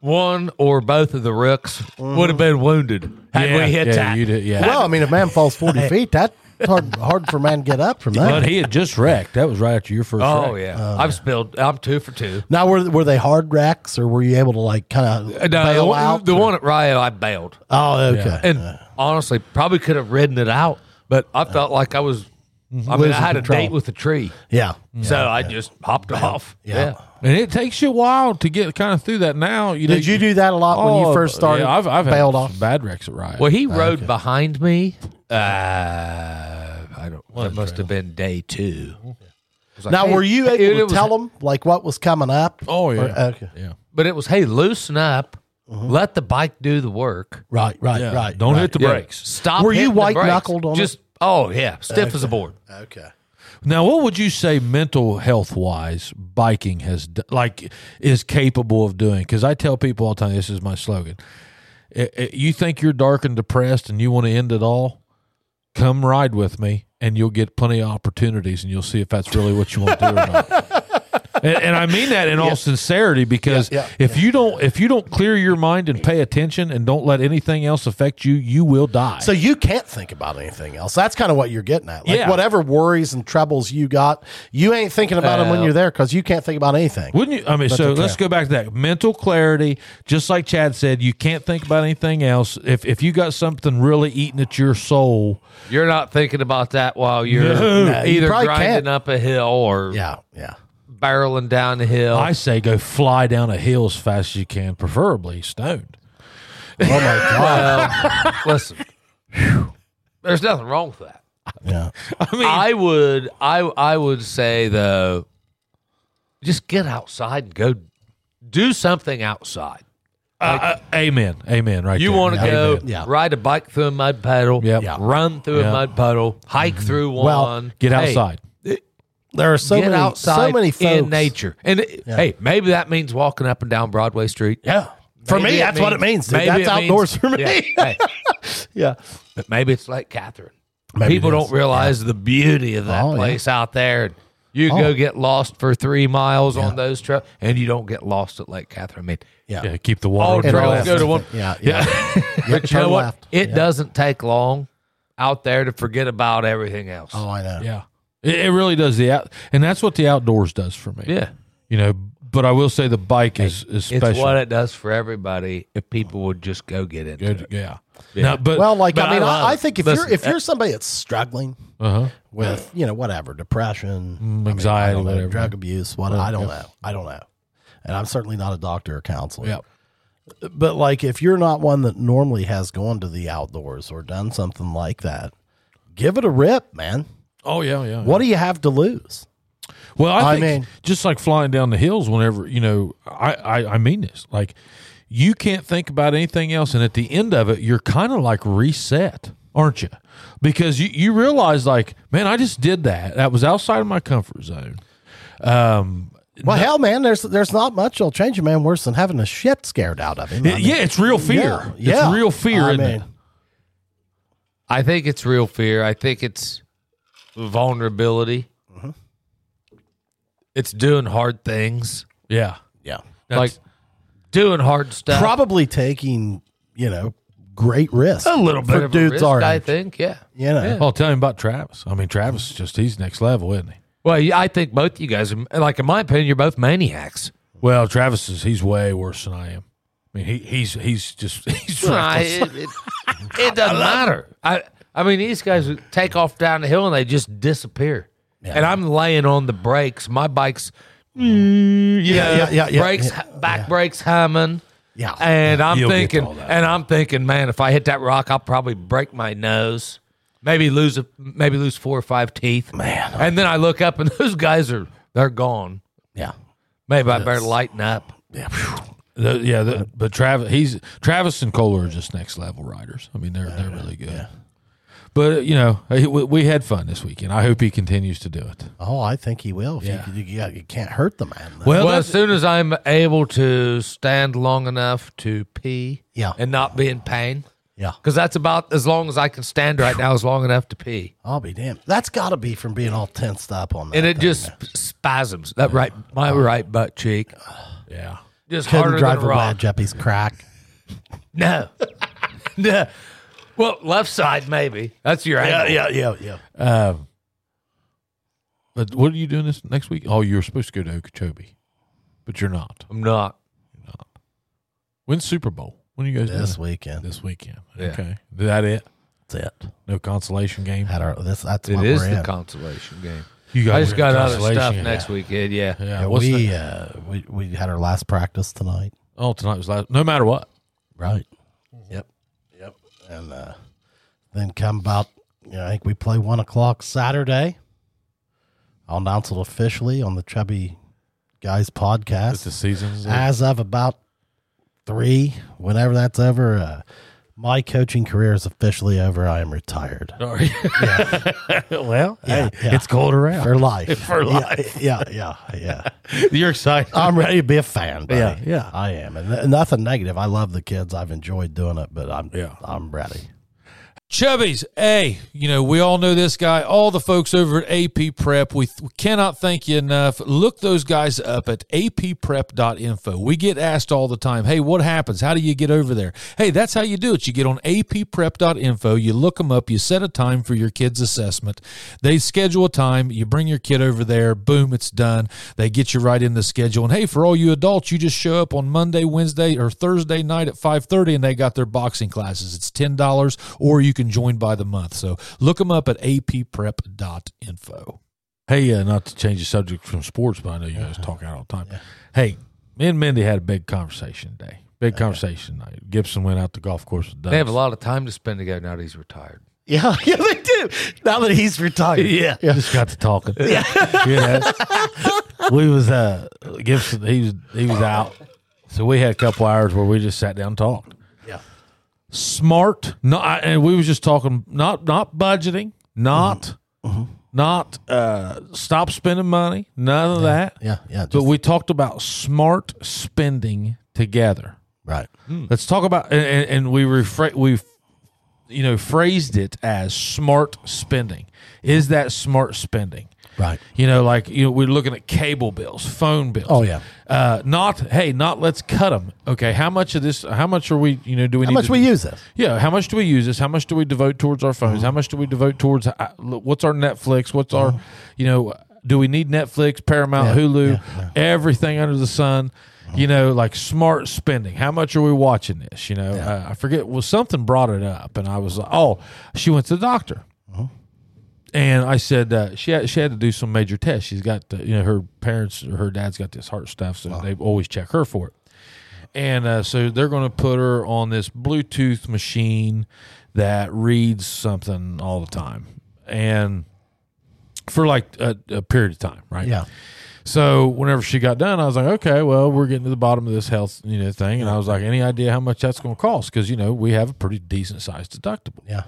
Speaker 3: One or both of the rooks would have been wounded had
Speaker 1: Yeah,
Speaker 3: we hit
Speaker 1: yeah,
Speaker 3: that.
Speaker 1: You did, yeah.
Speaker 2: Well, I mean, if man falls forty feet, that's hard, hard for man to get up from that.
Speaker 1: But he had just wrecked. That was right after your first.
Speaker 3: Oh,
Speaker 1: wreck.
Speaker 3: yeah. I've spilled, I'm two for two.
Speaker 2: Now, were were they hard racks, or were you able to like kind of
Speaker 3: Uh, No, the
Speaker 2: bail
Speaker 3: one-
Speaker 2: out?
Speaker 3: the
Speaker 2: or-
Speaker 3: one at Rio, I bailed.
Speaker 2: Oh, okay.
Speaker 3: And Uh, honestly, probably could have ridden it out, but I felt like I was, I mean, I
Speaker 2: Losing
Speaker 3: had a
Speaker 2: control.
Speaker 3: date with a tree.
Speaker 2: yeah.
Speaker 1: Mm.
Speaker 3: so I just hopped off.
Speaker 2: Yeah.
Speaker 1: and it takes you a while to get kind of through that. Now, you know,
Speaker 2: Did you do that a lot when you
Speaker 1: Oh,
Speaker 2: first started?
Speaker 1: Yeah, I've, I've
Speaker 2: bailed
Speaker 1: had
Speaker 2: off.
Speaker 1: some bad wrecks at Riot.
Speaker 3: Well,
Speaker 2: Ah,
Speaker 3: he rode behind me. Uh, I don't. Well, it must have been day two. It was like,
Speaker 2: Now,
Speaker 3: hey-
Speaker 2: were you
Speaker 3: it-
Speaker 2: able
Speaker 3: it
Speaker 2: to
Speaker 3: was-
Speaker 2: tell them like what was coming up?
Speaker 1: oh yeah,
Speaker 2: Or- uh, okay.
Speaker 1: yeah.
Speaker 3: But it was, hey, loosen up.
Speaker 2: Uh-huh.
Speaker 3: Let the bike do the work.
Speaker 2: Right, right,
Speaker 1: Yeah.
Speaker 2: right.
Speaker 1: Don't
Speaker 2: right.
Speaker 1: hit the
Speaker 3: Yeah.
Speaker 1: brakes.
Speaker 3: Stop.
Speaker 2: Were you
Speaker 3: hitting the brakes.
Speaker 2: white-knuckled on it?
Speaker 3: Just oh yeah, stiff as a board.
Speaker 2: Okay.
Speaker 1: Now, what would you say mental health wise biking has d- like is capable of doing? Because I tell people all the time, this is my slogan: I- I- you think you're dark and depressed and you want to end it all, come ride with me, and you'll get plenty of opportunities, and you'll see if that's really what you want to do or not. And, and I mean that in all sincerity, because
Speaker 2: Yeah, yeah,
Speaker 1: if you don't if you don't clear your mind and pay attention and don't let anything else affect you, you will die.
Speaker 2: So you can't think about anything else. That's kind of what you're getting at. Like
Speaker 1: Yeah.
Speaker 2: whatever worries and troubles you got, you ain't thinking about them when you're there because you can't think about anything.
Speaker 1: Wouldn't you? I mean, so let's go back to that mental clarity. Just like Chad said, you can't think about anything else. If if you got something really eating at your soul,
Speaker 3: You're not thinking about that while you're
Speaker 2: No, you
Speaker 3: either
Speaker 2: probably
Speaker 3: grinding
Speaker 2: can't.
Speaker 3: up a hill or
Speaker 2: Yeah, yeah.
Speaker 3: barreling down the hill.
Speaker 1: I say go fly down a hill as fast as you can, preferably stoned.
Speaker 2: Oh my god.
Speaker 3: Well, listen, whew, there's nothing wrong with that.
Speaker 2: yeah.
Speaker 1: I mean,
Speaker 3: I would I I would say though, just get outside and go do something outside.
Speaker 1: uh, uh, amen, amen. Right?
Speaker 3: You
Speaker 1: there.
Speaker 3: want to
Speaker 1: Amen.
Speaker 3: go
Speaker 2: Yeah.
Speaker 3: ride a bike through a mud puddle,
Speaker 1: Yep. Yeah.
Speaker 3: run through
Speaker 1: Yeah.
Speaker 3: a mud puddle, hike through one.
Speaker 2: Mm-hmm. Well,
Speaker 1: Get
Speaker 3: Hey,
Speaker 1: outside.
Speaker 2: There are so
Speaker 3: get
Speaker 2: many
Speaker 3: outside
Speaker 2: so many folks.
Speaker 3: in nature. And it- hey, maybe that means walking up and down Broadway Street.
Speaker 2: Yeah. For
Speaker 3: Maybe
Speaker 2: me, that's what it means. Dude.
Speaker 3: maybe
Speaker 2: That's
Speaker 3: it means-
Speaker 2: outdoors for me.
Speaker 3: yeah, hey,
Speaker 2: Yeah.
Speaker 3: but maybe it's like Catherine.
Speaker 2: Maybe
Speaker 3: People
Speaker 2: it
Speaker 3: don't
Speaker 2: is.
Speaker 3: realize the beauty of that
Speaker 2: Oh, yeah. Oh.
Speaker 3: place out there. You go get lost for three miles on those trails, and you don't get lost at Lake Catherine. I mean,
Speaker 2: Yeah.
Speaker 1: Yeah, keep the
Speaker 3: all
Speaker 1: water.
Speaker 2: And
Speaker 3: trails
Speaker 2: all
Speaker 3: go to
Speaker 2: that
Speaker 3: one.
Speaker 2: Yeah, yeah.
Speaker 3: But you know
Speaker 2: turn
Speaker 3: what?
Speaker 2: left.
Speaker 3: It doesn't take long out there to forget about everything else.
Speaker 2: Oh, I know.
Speaker 1: yeah, it, it really does the out, and that's what the outdoors does for me.
Speaker 3: yeah.
Speaker 1: you know. But I will say the bike is is
Speaker 3: It's
Speaker 1: special.
Speaker 3: what it does for everybody if people would just go get into it.
Speaker 1: Good, yeah. Now, but
Speaker 2: Well, like
Speaker 3: But
Speaker 2: I mean,
Speaker 3: I
Speaker 2: I,
Speaker 3: love
Speaker 2: I,
Speaker 3: it.
Speaker 2: think if
Speaker 3: Listen, uh,
Speaker 2: you're if you're somebody that's struggling
Speaker 1: uh-huh.
Speaker 2: with you know whatever depression, I mean, I
Speaker 1: anxiety,
Speaker 2: don't know,
Speaker 1: whatever.
Speaker 2: drug abuse, what I don't know, I don't know, and I'm certainly not a doctor or counselor.
Speaker 1: yeah.
Speaker 2: But like, if you're not one that normally has gone to the outdoors or done something like that, give it a rip, man.
Speaker 1: Oh yeah, yeah.
Speaker 2: What do you have to lose?
Speaker 1: Well, I,
Speaker 2: I
Speaker 1: think
Speaker 2: mean-
Speaker 1: just like flying down the hills, whenever you know, I, I I mean this. Like, you can't think about anything else, and at the end of it, you're kind of like reset, aren't you? Because you you realize, like, man, I just did that. That was outside of my comfort zone.
Speaker 2: Well, hell, man, there's there's not much that'll change a man worse than having a shit scared out of him. I mean,
Speaker 1: yeah, it's real fear.
Speaker 2: yeah.
Speaker 1: It's real fear.
Speaker 2: I
Speaker 1: isn't it?
Speaker 2: mean,
Speaker 3: I think it's real fear. I think it's vulnerability.
Speaker 2: Mm-hmm.
Speaker 3: It's doing hard things,
Speaker 1: yeah.
Speaker 2: yeah,
Speaker 3: like doing hard stuff.
Speaker 2: probably taking you know great risks.
Speaker 3: a little bit
Speaker 2: for
Speaker 3: of a
Speaker 2: dudes
Speaker 3: risk,
Speaker 2: our
Speaker 3: I
Speaker 2: age.
Speaker 3: think. Yeah.
Speaker 2: You know,
Speaker 1: I'll Oh, tell him about Travis. I mean, Travis is just he's next level, isn't he?
Speaker 3: Well, yeah, I think both you guys, are, like in my opinion, you're both maniacs.
Speaker 1: Well, Travis is he's way worse than I am. I mean, he he's he's just he's
Speaker 3: I-
Speaker 1: reckless.
Speaker 3: it, it- it doesn't matter. I I mean, these guys would take off down the hill and they just disappear. And I'm laying on the brakes. My bike's you
Speaker 2: Yeah,
Speaker 3: know,
Speaker 2: yeah, yeah, yeah,
Speaker 3: brakes,
Speaker 2: yeah,
Speaker 3: back brakes humming.
Speaker 2: Yeah.
Speaker 3: And I'm
Speaker 1: You'll get
Speaker 3: thinking,
Speaker 1: all that.
Speaker 3: and I'm thinking, man, if I hit that rock, I'll probably break my nose, maybe lose a, maybe lose four or five teeth,
Speaker 2: Man.
Speaker 3: And then I look up, and those guys are they're gone.
Speaker 2: yeah.
Speaker 3: Maybe I better lighten up.
Speaker 2: Yeah. phew.
Speaker 1: The- yeah, the, but Travis, he's Travis and Kohler are just next level riders. I mean, they're they're really good. But uh, you know, we, we had fun this weekend. I hope he continues to do it.
Speaker 2: Oh, I think he will. If
Speaker 1: Yeah.
Speaker 2: you, you, you, you can't hurt the man. though.
Speaker 3: Well, as soon as I'm able to stand long enough to pee,
Speaker 2: Yeah.
Speaker 3: and not be in pain,
Speaker 2: yeah.
Speaker 3: because that's about as long as I can stand right now, is long enough to pee.
Speaker 2: I'll be damned. That's got to be from being all tensed up on that.
Speaker 3: and it
Speaker 2: thing.
Speaker 3: just sp- spasms that right my right butt cheek
Speaker 1: yeah,
Speaker 3: just
Speaker 2: couldn't
Speaker 3: harder
Speaker 2: drive
Speaker 3: than a
Speaker 2: a wedge
Speaker 3: rock.
Speaker 2: up his crack.
Speaker 3: No, no. Well, left side maybe. That's your angle.
Speaker 2: yeah, yeah, yeah.
Speaker 1: Um, but what are you doing this next week? Oh, you were supposed to go to Okeechobee, but you're not.
Speaker 3: I'm not.
Speaker 1: When's Super Bowl? When are you guys doing
Speaker 2: This
Speaker 1: it?
Speaker 2: weekend,
Speaker 1: This weekend.
Speaker 3: Yeah.
Speaker 1: Okay, is that it?
Speaker 2: that's it.
Speaker 1: No consolation game.
Speaker 2: Had our this. That's
Speaker 3: It
Speaker 2: what
Speaker 3: is
Speaker 2: we're
Speaker 3: the
Speaker 2: in.
Speaker 3: consolation game.
Speaker 1: You
Speaker 3: I just
Speaker 1: were in
Speaker 3: got other
Speaker 1: consolation
Speaker 3: stuff
Speaker 1: game.
Speaker 3: next weekend. Yeah.
Speaker 1: Yeah,
Speaker 2: Yeah,
Speaker 1: what's
Speaker 2: we,
Speaker 1: the-
Speaker 2: uh, we we had our last practice tonight.
Speaker 1: oh, tonight was last. No matter what.
Speaker 2: Right. Yep. Yep. And uh, then come about, you know, I think we play one o'clock Saturday. I'll announce it officially on the Chubby Guys
Speaker 1: It's the
Speaker 2: podcast.
Speaker 1: season's
Speaker 2: As of about three, whenever that's over, uh, my coaching career is officially over. I am retired.
Speaker 1: Sorry. well,
Speaker 2: Yeah,
Speaker 1: hey,
Speaker 2: yeah.
Speaker 1: it's cold around.
Speaker 2: For life.
Speaker 1: For
Speaker 2: Yeah,
Speaker 1: life.
Speaker 2: Yeah, yeah, yeah.
Speaker 1: You're excited.
Speaker 2: I'm ready to be a fan. Buddy.
Speaker 1: Yeah, yeah.
Speaker 2: I am, and th- nothing negative. I love the kids. I've enjoyed doing it, but I'm,
Speaker 1: Yeah.
Speaker 2: I'm ready.
Speaker 1: Chubbies, hey, you know, we all know this guy, all the folks over at AP Prep. We, we cannot thank you enough. Look those guys up at apprep.info. We get asked all the time, hey, what happens? How do you get over there? Hey, that's how you do it. You get on apprep.info, you look them up, you set a time for your kid's assessment. They schedule a time, you bring your kid over there, boom, it's done. They get you right in the schedule. And hey, for all you adults, you just show up on Monday, Wednesday, or Thursday night at 5:30 and they got their boxing classes. It's $10 or you can join by the month. So look them up at apprep.info. Hey, uh, not to change the subject from sports, but I know you guys talk out all the time. Hey, me and Mindy had a big conversation today. Big conversation night. Gibson went out to golf course with
Speaker 3: They have a
Speaker 1: Dubs.
Speaker 3: lot of time to spend together now that he's retired.
Speaker 2: Yeah, yeah, they do. Now that he's retired.
Speaker 1: Yeah. Just got to talking. Yeah. We was uh Gibson he was he was out. So we had a couple hours where we just sat down and talked.
Speaker 2: Yeah.
Speaker 1: Smart. No I, and we was just talking not not budgeting, not
Speaker 2: Mm-hmm.
Speaker 1: not uh stop spending money, none of that.
Speaker 2: Yeah, yeah. Just,
Speaker 1: But we talked about smart spending together.
Speaker 2: right.
Speaker 1: Hmm. Let's talk about and, and- and we refra- we you know phrased it as smart spending. Is that smart spending?
Speaker 2: Right.
Speaker 1: You know, like you know, we're looking at cable bills, phone bills.
Speaker 2: Oh, yeah.
Speaker 1: Uh, not hey, not let's cut them. Okay, how much of this? How much are we? You know, do we
Speaker 2: How
Speaker 1: need
Speaker 2: much
Speaker 1: to-
Speaker 2: we use this?
Speaker 1: Yeah, how much do we use this? How much do we devote towards our phones?
Speaker 2: Uh-huh.
Speaker 1: How much do we devote towards uh, look, what's our Netflix? What's our you know? Do we need Netflix, Paramount,
Speaker 2: Yeah,
Speaker 1: Hulu,
Speaker 2: yeah, yeah. Uh-huh.
Speaker 1: everything under the sun? You know, like smart spending. How much are we watching this? You know, uh, I forget. Well, something brought it up, and I was like, oh, she went to the doctor and I said uh, she had, she had to do some major tests. She's got the, you know her parents or her dad's got this heart stuff, so they always check her for it. And uh, so they're going to put her on this Bluetooth machine that reads something all the time, and for like a, a period of time, right?
Speaker 2: Yeah.
Speaker 1: So whenever she got done, I was like, okay, well, we're getting to the bottom of this health, you know, thing. And I was like, any idea how much that's going to cost? Because you know we have a pretty decent sized deductible
Speaker 2: Yeah.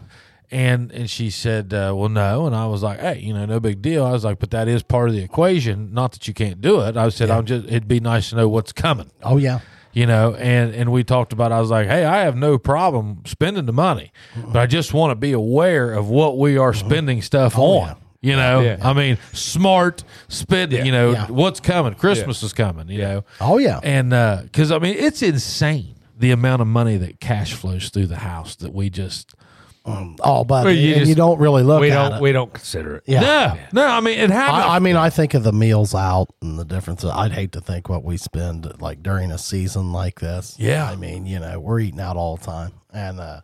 Speaker 1: and and she said, uh, "Well, no." And I was like, "Hey, you know, no big deal." I was like, "But that is part of the equation. Not that you can't do it." I said, "I'm just. It'd be nice to know what's coming."
Speaker 2: Oh yeah.
Speaker 1: You know, and and we talked about. I was like, "Hey, I have no problem spending the money, but I just want to be aware of what we are spending stuff on."
Speaker 2: Uh-huh. Oh, yeah.
Speaker 1: You know,
Speaker 3: Yeah.
Speaker 1: I mean, smart spending. You know,
Speaker 2: Yeah.
Speaker 1: what's coming? Christmas is coming. You know,
Speaker 2: Oh yeah.
Speaker 1: and because I mean, it's insane the amount of money that cash flows through the house that we just
Speaker 2: oh, but
Speaker 3: Well, you
Speaker 2: you, and
Speaker 3: just-
Speaker 2: you don't really look
Speaker 3: we
Speaker 2: at
Speaker 3: don't
Speaker 2: it.
Speaker 3: we don't consider it.
Speaker 2: yeah.
Speaker 1: No, no. I mean, it happened.
Speaker 2: I, I mean, I think of the meals out and the difference. I'd hate to think what we spend like during a season like this.
Speaker 1: Yeah.
Speaker 2: I mean, you know, we're eating out all the time, and uh,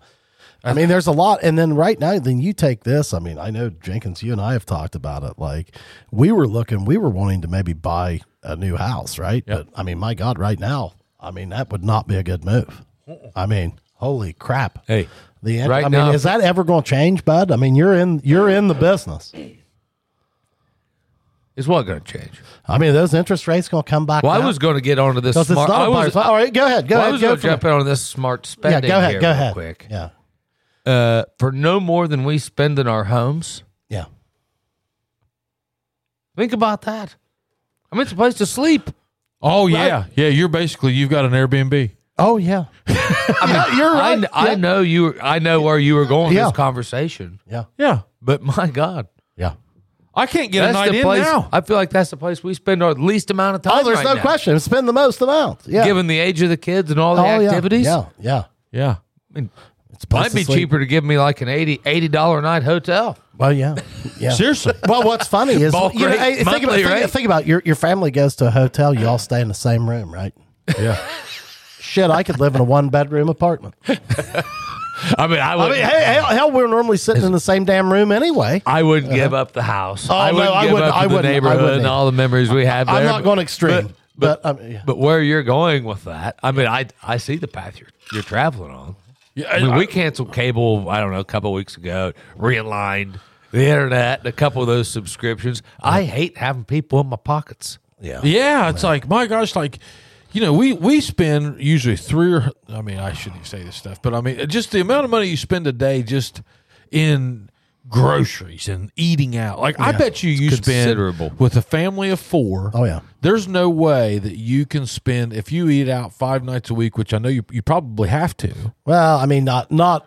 Speaker 2: I mean, there's a lot. And then right now, then you take this. I mean, I know Jenkins, you and I have talked about it. Like we were looking, we were wanting to maybe buy a new house, right? But I mean, my God, right now, I mean, that would not be a good move. I mean, holy crap.
Speaker 3: Hey,
Speaker 2: The end,
Speaker 3: right
Speaker 2: I mean,
Speaker 3: now-
Speaker 2: is that ever going to change, bud? I mean, you're in, you're in the business.
Speaker 3: is what going to change?
Speaker 2: I mean, those interest rates going to come back.
Speaker 3: Well, I
Speaker 2: down?
Speaker 3: was going to get onto this
Speaker 2: because it's
Speaker 3: smart.
Speaker 2: not
Speaker 3: I
Speaker 2: a buyer's
Speaker 3: was,
Speaker 2: market. All right, go ahead, go
Speaker 3: well, I
Speaker 2: ahead,
Speaker 3: was
Speaker 2: go
Speaker 3: going
Speaker 2: for
Speaker 3: to jump in on this smart
Speaker 2: yeah,
Speaker 3: spending
Speaker 2: go ahead,
Speaker 3: here
Speaker 2: go
Speaker 3: real
Speaker 2: ahead.
Speaker 3: quick.
Speaker 2: Yeah,
Speaker 3: Uh, for no more than we spend in our homes.
Speaker 2: yeah.
Speaker 3: Think about that. I mean, it's a place to sleep.
Speaker 1: Oh yeah, yeah. You're basically you've got an Airbnb.
Speaker 2: Oh yeah, Yeah, you're
Speaker 3: I,
Speaker 2: right.
Speaker 3: kn- I know you. were- I know where you were going with
Speaker 2: Yeah.
Speaker 3: this conversation.
Speaker 2: yeah,
Speaker 1: Yeah,
Speaker 3: But my God,
Speaker 2: yeah.
Speaker 1: I can't get a
Speaker 3: that's
Speaker 1: night
Speaker 3: the
Speaker 1: in
Speaker 3: place.
Speaker 1: now.
Speaker 3: I feel like that's the place we spend our least amount of time.
Speaker 2: Oh, there's
Speaker 3: right
Speaker 2: no
Speaker 3: now.
Speaker 2: question. Spend the most amount. Yeah.
Speaker 3: Given the age of the kids and all the
Speaker 2: oh, yeah.
Speaker 3: activities,
Speaker 2: Yeah. Yeah.
Speaker 1: Yeah,
Speaker 3: I mean,
Speaker 2: It's
Speaker 3: might
Speaker 2: supposed
Speaker 3: be
Speaker 2: to sleep-
Speaker 3: cheaper to give me like an 80 dollar a night hotel.
Speaker 2: Well, yeah. Yeah.
Speaker 1: seriously.
Speaker 2: Well, what's funny is
Speaker 3: Bulk
Speaker 2: you know,
Speaker 3: rate,
Speaker 2: hey, think, about,
Speaker 3: monthly
Speaker 2: think-
Speaker 3: rate.
Speaker 2: think about it. your your family goes to a hotel. You all stay in the same room, right?
Speaker 1: yeah,
Speaker 2: Shit, I could live in a one bedroom apartment. I
Speaker 3: I mean, I would.
Speaker 2: mean, hey, hell, hell, we're normally sitting in the same damn room anyway.
Speaker 3: I wouldn't give up the house.
Speaker 2: Uh-huh. Oh,
Speaker 3: I
Speaker 2: no,
Speaker 3: wouldn't
Speaker 2: I
Speaker 3: give
Speaker 2: wouldn't-
Speaker 3: up
Speaker 2: I
Speaker 3: the
Speaker 2: wouldn't- I
Speaker 3: neighborhood
Speaker 2: wouldn't.
Speaker 3: and all the memories we have there.
Speaker 2: I'm not
Speaker 3: but-
Speaker 2: going extreme, but, I mean, yeah.
Speaker 3: But where you're going with that, I mean, I I see the path you're you're traveling on.
Speaker 1: yeah.
Speaker 3: I mean,
Speaker 1: I-
Speaker 3: we canceled cable. I don't know, a couple weeks ago. Realigned the internet, and a couple of those subscriptions. I hate having people in my pockets.
Speaker 2: yeah,
Speaker 1: Yeah, it's like my gosh, like you know, we we spend usually three or I mean, I shouldn't even say this stuff, but I mean, just the amount of money you spend a day just in groceries and eating out. Like I bet you you
Speaker 3: considerable.
Speaker 1: spend with a family of four.
Speaker 2: Oh, yeah.
Speaker 1: there's no way that you can spend if you eat out five nights a week, which I know you you probably have to.
Speaker 2: Well, I mean, not not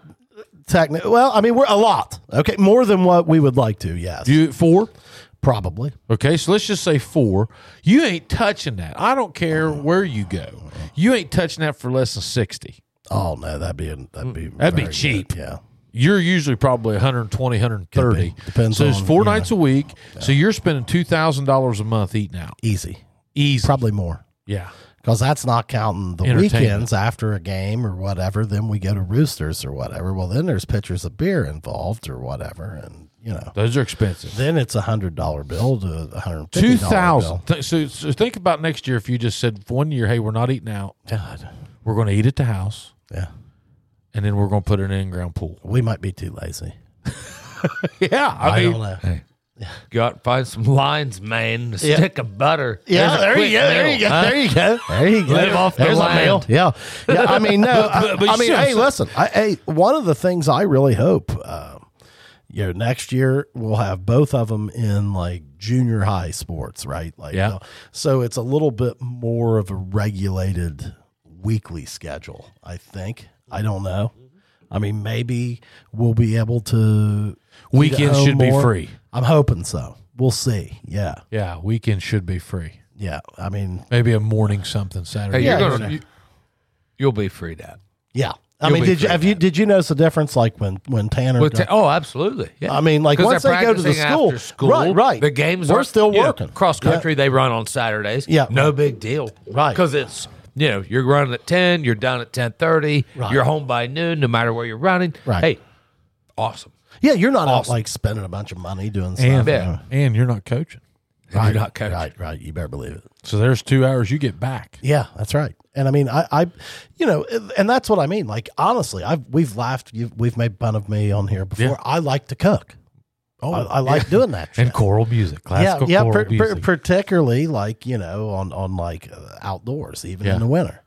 Speaker 2: technically. Well, I mean, we're a lot. Okay, more than what we would like to. Yes,
Speaker 1: You four.
Speaker 2: probably.
Speaker 1: Okay, so let's just say four. You ain't touching that. I don't care where you go. You ain't touching that for less than sixty.
Speaker 2: Oh no, that'd be that'd be
Speaker 1: That'd be
Speaker 2: very good.
Speaker 1: cheap.
Speaker 2: Yeah,
Speaker 1: you're usually probably 120 130
Speaker 2: Could be. Depends
Speaker 1: so it's
Speaker 2: on,
Speaker 1: four
Speaker 2: yeah.
Speaker 1: nights a week so you're spending $2000 a month eating out
Speaker 2: easy.
Speaker 1: easy
Speaker 2: Probably more
Speaker 1: yeah
Speaker 2: because that's not counting the
Speaker 1: Entertainment.
Speaker 2: weekends after a game or whatever. Then we go to Roosters or whatever. Well, then there's pitchers of beer involved or whatever, and you know,
Speaker 1: those are expensive
Speaker 2: then it's a hundred dollar bill to a hundred fifty dollar
Speaker 1: 2000
Speaker 2: bill.
Speaker 1: Th- so, so think about next year if you just said one year hey we're not eating out
Speaker 2: God,
Speaker 1: we're going to eat at the house
Speaker 2: yeah,
Speaker 1: and then we're going to put an in-ground pool
Speaker 2: we might be too lazy.
Speaker 1: yeah i,
Speaker 2: I
Speaker 1: mean
Speaker 2: don't know.
Speaker 3: Go out and find some lines, man. A stick of butter. There's a quick meal, huh?
Speaker 2: you go. There you go.
Speaker 3: Live off the
Speaker 2: There's a
Speaker 3: land.
Speaker 2: meal. Yeah. Yeah. I mean, no. I,
Speaker 1: but- but
Speaker 2: I mean,
Speaker 1: yes.
Speaker 2: hey, listen. I, hey, one of the things I really hope, um, you know, next year we'll have both of them in like junior high sports, right? Like,
Speaker 1: Yeah.
Speaker 2: you know, so it's a little bit more of a regulated weekly schedule. I think. I don't know. I mean, maybe we'll be able to. eat at
Speaker 1: Weekends
Speaker 2: home
Speaker 1: should be
Speaker 2: more.
Speaker 1: free.
Speaker 2: I'm hoping so. We'll see. Yeah.
Speaker 1: yeah weekend should be free
Speaker 2: Yeah. I mean,
Speaker 1: maybe a morning something saturday
Speaker 3: Hey,
Speaker 2: Yeah,
Speaker 3: you're
Speaker 2: you
Speaker 3: gonna,
Speaker 2: know.
Speaker 3: you, you'll be freed out.
Speaker 2: Yeah. I
Speaker 3: You'll
Speaker 2: mean,
Speaker 3: be
Speaker 2: did you
Speaker 3: free
Speaker 2: have you did you notice the difference? Like when when Tanner,
Speaker 3: Well, ta- oh, absolutely. Yeah.
Speaker 2: I mean, like,
Speaker 3: 'Cause
Speaker 2: once
Speaker 3: they're
Speaker 2: they go to the
Speaker 3: practicing
Speaker 2: school-
Speaker 3: after school,
Speaker 2: Right, right.
Speaker 3: The games
Speaker 2: We're
Speaker 3: are
Speaker 2: still working.
Speaker 3: cross country. They run on Saturdays.
Speaker 2: Yeah.
Speaker 3: no big deal.
Speaker 2: Right.
Speaker 3: because it's you know you're running at ten, you're done at ten thirty,
Speaker 2: Right.
Speaker 3: you're home by noon, no matter where you're running.
Speaker 2: Right.
Speaker 3: Hey, awesome.
Speaker 2: yeah, you're not out like spending a bunch of money doing stuff.
Speaker 1: and,
Speaker 3: Yeah.
Speaker 1: and you're not coaching
Speaker 3: Right. You're not coaching.
Speaker 2: Right, right. You better believe it.
Speaker 1: so there's two hours you get back
Speaker 2: Yeah, that's right. And I mean, I, I, you know, and that's what I mean. Like honestly, I've we've laughed, you've, we've made fun of me on here before.
Speaker 1: Yeah.
Speaker 2: I like to cook. Oh, I, I like doing that. shit.
Speaker 1: and choral music classical
Speaker 2: yeah, yeah,
Speaker 1: choral
Speaker 2: par- par-
Speaker 1: music
Speaker 2: particularly like you know on on like uh, outdoors, even
Speaker 1: Yeah.
Speaker 2: in the winter.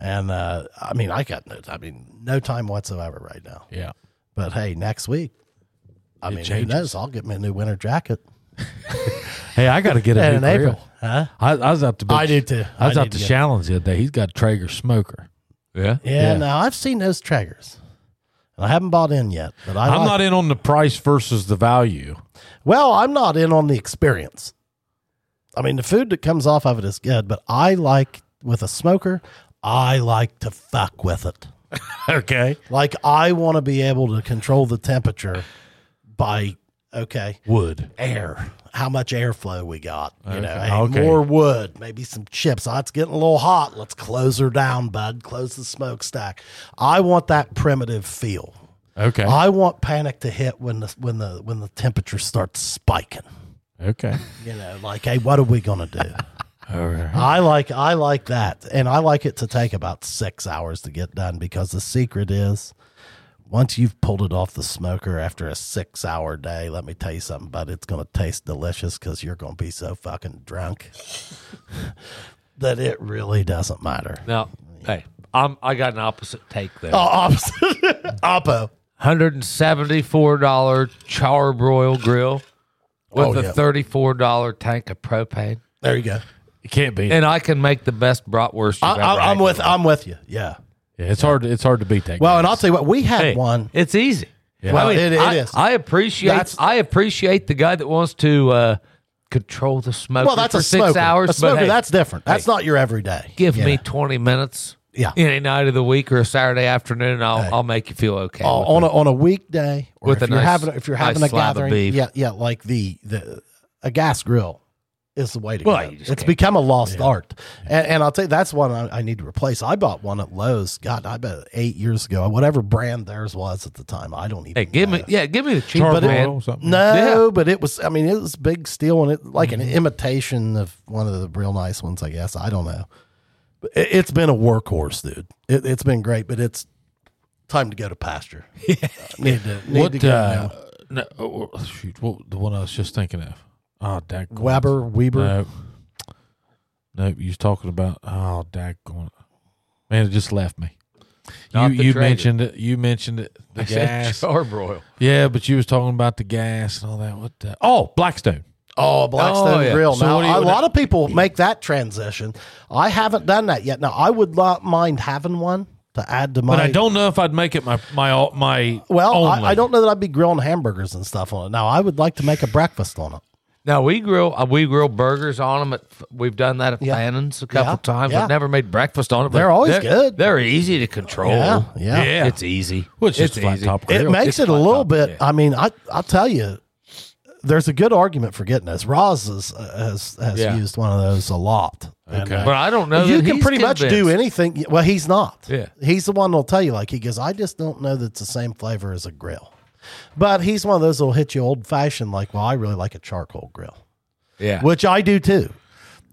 Speaker 2: And uh, I mean, I got no, I mean, no time whatsoever right now.
Speaker 1: yeah
Speaker 2: But hey, next week, I mean,
Speaker 1: changes.
Speaker 2: who knows? I'll get me a new winter jacket
Speaker 1: hey i got to get a
Speaker 2: and
Speaker 1: new
Speaker 2: an
Speaker 1: grill.
Speaker 2: April. Huh?
Speaker 1: I, I was out to.
Speaker 2: I do too.
Speaker 1: I was
Speaker 2: I
Speaker 1: out
Speaker 2: need
Speaker 1: to
Speaker 2: to get-
Speaker 1: Shallon's the other day. He's got a Traeger smoker.
Speaker 3: Yeah,
Speaker 2: Yeah,
Speaker 1: Yeah.
Speaker 2: Now I've seen those Traegers. And I haven't bought in yet, but I
Speaker 1: I'm
Speaker 2: like-
Speaker 1: not in on the price versus the value.
Speaker 2: Well, I'm not in on the experience. I mean, the food that comes off of it is good, but I like with a smoker, I like to fuck with it.
Speaker 1: Okay.
Speaker 2: Like I want to be able to control the temperature by okay
Speaker 1: Wood.
Speaker 2: air, how much airflow we got. You know,
Speaker 1: Okay.
Speaker 2: hey,
Speaker 1: Okay.
Speaker 2: more wood, maybe some chips. Oh, it's getting a little hot. Let's close her down, bud. Close the smokestack. I want that primitive feel.
Speaker 1: Okay.
Speaker 2: I want panic to hit when the when the when the temperature starts spiking.
Speaker 1: Okay.
Speaker 2: You know, like, hey, what are we gonna do?
Speaker 1: All right.
Speaker 2: I like I like that, and I like it to take about six hours to get done because the secret is once you've pulled it off the smoker after a six hour day. Let me tell you something, but it's gonna taste delicious because you're gonna be so fucking drunk that it really doesn't matter.
Speaker 3: Now, hey, I'm I got an opposite take there.
Speaker 2: Oh, opposite, oppo.
Speaker 3: Hundred and seventy four dollar char broil grill with
Speaker 2: Oh,
Speaker 3: a
Speaker 2: yeah.
Speaker 3: thirty four dollar tank of propane,
Speaker 2: There you go.
Speaker 1: It can't be.
Speaker 3: and I can make the best bratwurst. You've
Speaker 2: I,
Speaker 3: ever
Speaker 2: I, I'm
Speaker 3: had.
Speaker 2: with I'm with you. Yeah.
Speaker 1: Yeah, it's hard. It's hard to beat that.
Speaker 2: Well,
Speaker 1: guy.
Speaker 2: and I'll tell you what, we had
Speaker 3: Hey,
Speaker 2: one.
Speaker 3: It's easy.
Speaker 2: Well,
Speaker 3: I mean,
Speaker 2: it, it is.
Speaker 3: I, I appreciate
Speaker 2: That's-
Speaker 3: I appreciate the guy that wants to uh, control the smoke.
Speaker 2: well, that's
Speaker 3: for
Speaker 2: a
Speaker 3: six
Speaker 2: smoker.
Speaker 3: hours.
Speaker 2: a
Speaker 3: but
Speaker 2: smoker,
Speaker 3: hey,
Speaker 2: that's different. That's not your everyday.
Speaker 3: give
Speaker 2: Yeah.
Speaker 3: me twenty minutes.
Speaker 2: Yeah.
Speaker 3: any night of the week or a Saturday afternoon, I'll I'll make you feel okay.
Speaker 2: Uh,
Speaker 3: with
Speaker 2: on a, on a weekday or
Speaker 3: With
Speaker 2: if
Speaker 3: a
Speaker 2: you're
Speaker 3: nice-
Speaker 2: having if you're having a
Speaker 3: nice slab of
Speaker 2: gathering,
Speaker 3: beef.
Speaker 2: yeah, yeah, like the the a gas grill is the way to
Speaker 3: Well,
Speaker 2: go.
Speaker 3: you just
Speaker 2: It's
Speaker 3: can't-
Speaker 2: become a lost art, and, and I'll tell you that's one I, I need to replace. I bought one at Lowe's. God, I bet eight years ago, whatever brand theirs was at the time. I don't even.
Speaker 3: Hey, give
Speaker 2: know.
Speaker 3: me yeah, give me the cheap
Speaker 1: Char
Speaker 3: one,
Speaker 1: broil
Speaker 3: man.
Speaker 1: or something.
Speaker 2: No, but it was. I mean, it was big steel, and it like an
Speaker 1: Mm-hmm.
Speaker 2: imitation of one of the real nice ones, I guess. I don't know. But It, it's been a workhorse, dude. It, it's been great, but it's time to go to pasture. Uh, need to
Speaker 1: What?
Speaker 2: need to go
Speaker 1: Uh,
Speaker 2: now.
Speaker 1: no, oh, oh, shoot. What, the one I was just thinking of. Oh, dag.
Speaker 2: Weber Weber.
Speaker 1: No. Nope. You was talking about. Oh, dag. Man, it just left me.
Speaker 3: Not
Speaker 1: you
Speaker 3: the
Speaker 1: you
Speaker 3: Traeger.
Speaker 1: mentioned it. You mentioned it. The
Speaker 3: I said
Speaker 1: gas.
Speaker 3: char broil.
Speaker 1: Yeah, but you was talking about the gas and all that. What? The, oh, Blackstone.
Speaker 2: Oh, Blackstone
Speaker 3: Oh, yeah.
Speaker 2: Grill.
Speaker 1: So
Speaker 2: now,
Speaker 1: what do you-
Speaker 2: a lot of people make that transition. I haven't done that yet. Now, I would not mind having one to add to my.
Speaker 1: But I don't know if I'd make it my my my.
Speaker 2: Well,
Speaker 1: only.
Speaker 2: I, I don't know that I'd be grilling hamburgers and stuff on it. Now, I would like to make a breakfast on it.
Speaker 3: Now we grill uh, we grill burgers on them. At, we've done that at
Speaker 2: Yeah.
Speaker 3: Fannin's a couple
Speaker 2: Yeah.
Speaker 3: times.
Speaker 2: Yeah.
Speaker 3: We've never made breakfast on it. but
Speaker 2: They're always good.
Speaker 3: They're easy to control.
Speaker 2: Yeah, yeah.
Speaker 1: Yeah.
Speaker 3: It's easy.
Speaker 1: Well, it's just
Speaker 3: it's
Speaker 1: a flat
Speaker 3: easy.
Speaker 1: top
Speaker 2: it
Speaker 1: grill.
Speaker 2: makes
Speaker 3: It's
Speaker 2: it a
Speaker 3: flat
Speaker 2: little
Speaker 3: top,
Speaker 2: bit.
Speaker 3: yeah.
Speaker 2: I mean, I I'll tell you, there's a good argument for getting this. Roz has has, has
Speaker 1: Yeah.
Speaker 2: used one of those a lot. And,
Speaker 1: Okay.
Speaker 2: uh,
Speaker 3: But I don't know.
Speaker 2: you
Speaker 3: that
Speaker 2: can
Speaker 3: he's
Speaker 2: pretty much do
Speaker 3: convinced.
Speaker 2: anything. Well, he's not.
Speaker 3: Yeah.
Speaker 2: he's the one that'll tell you. Like he goes, I just don't know that it's the same flavor as a grill. But he's one of those that'll hit you old fashioned. Like, well, I really like a charcoal grill,
Speaker 3: Yeah.
Speaker 2: which I do too.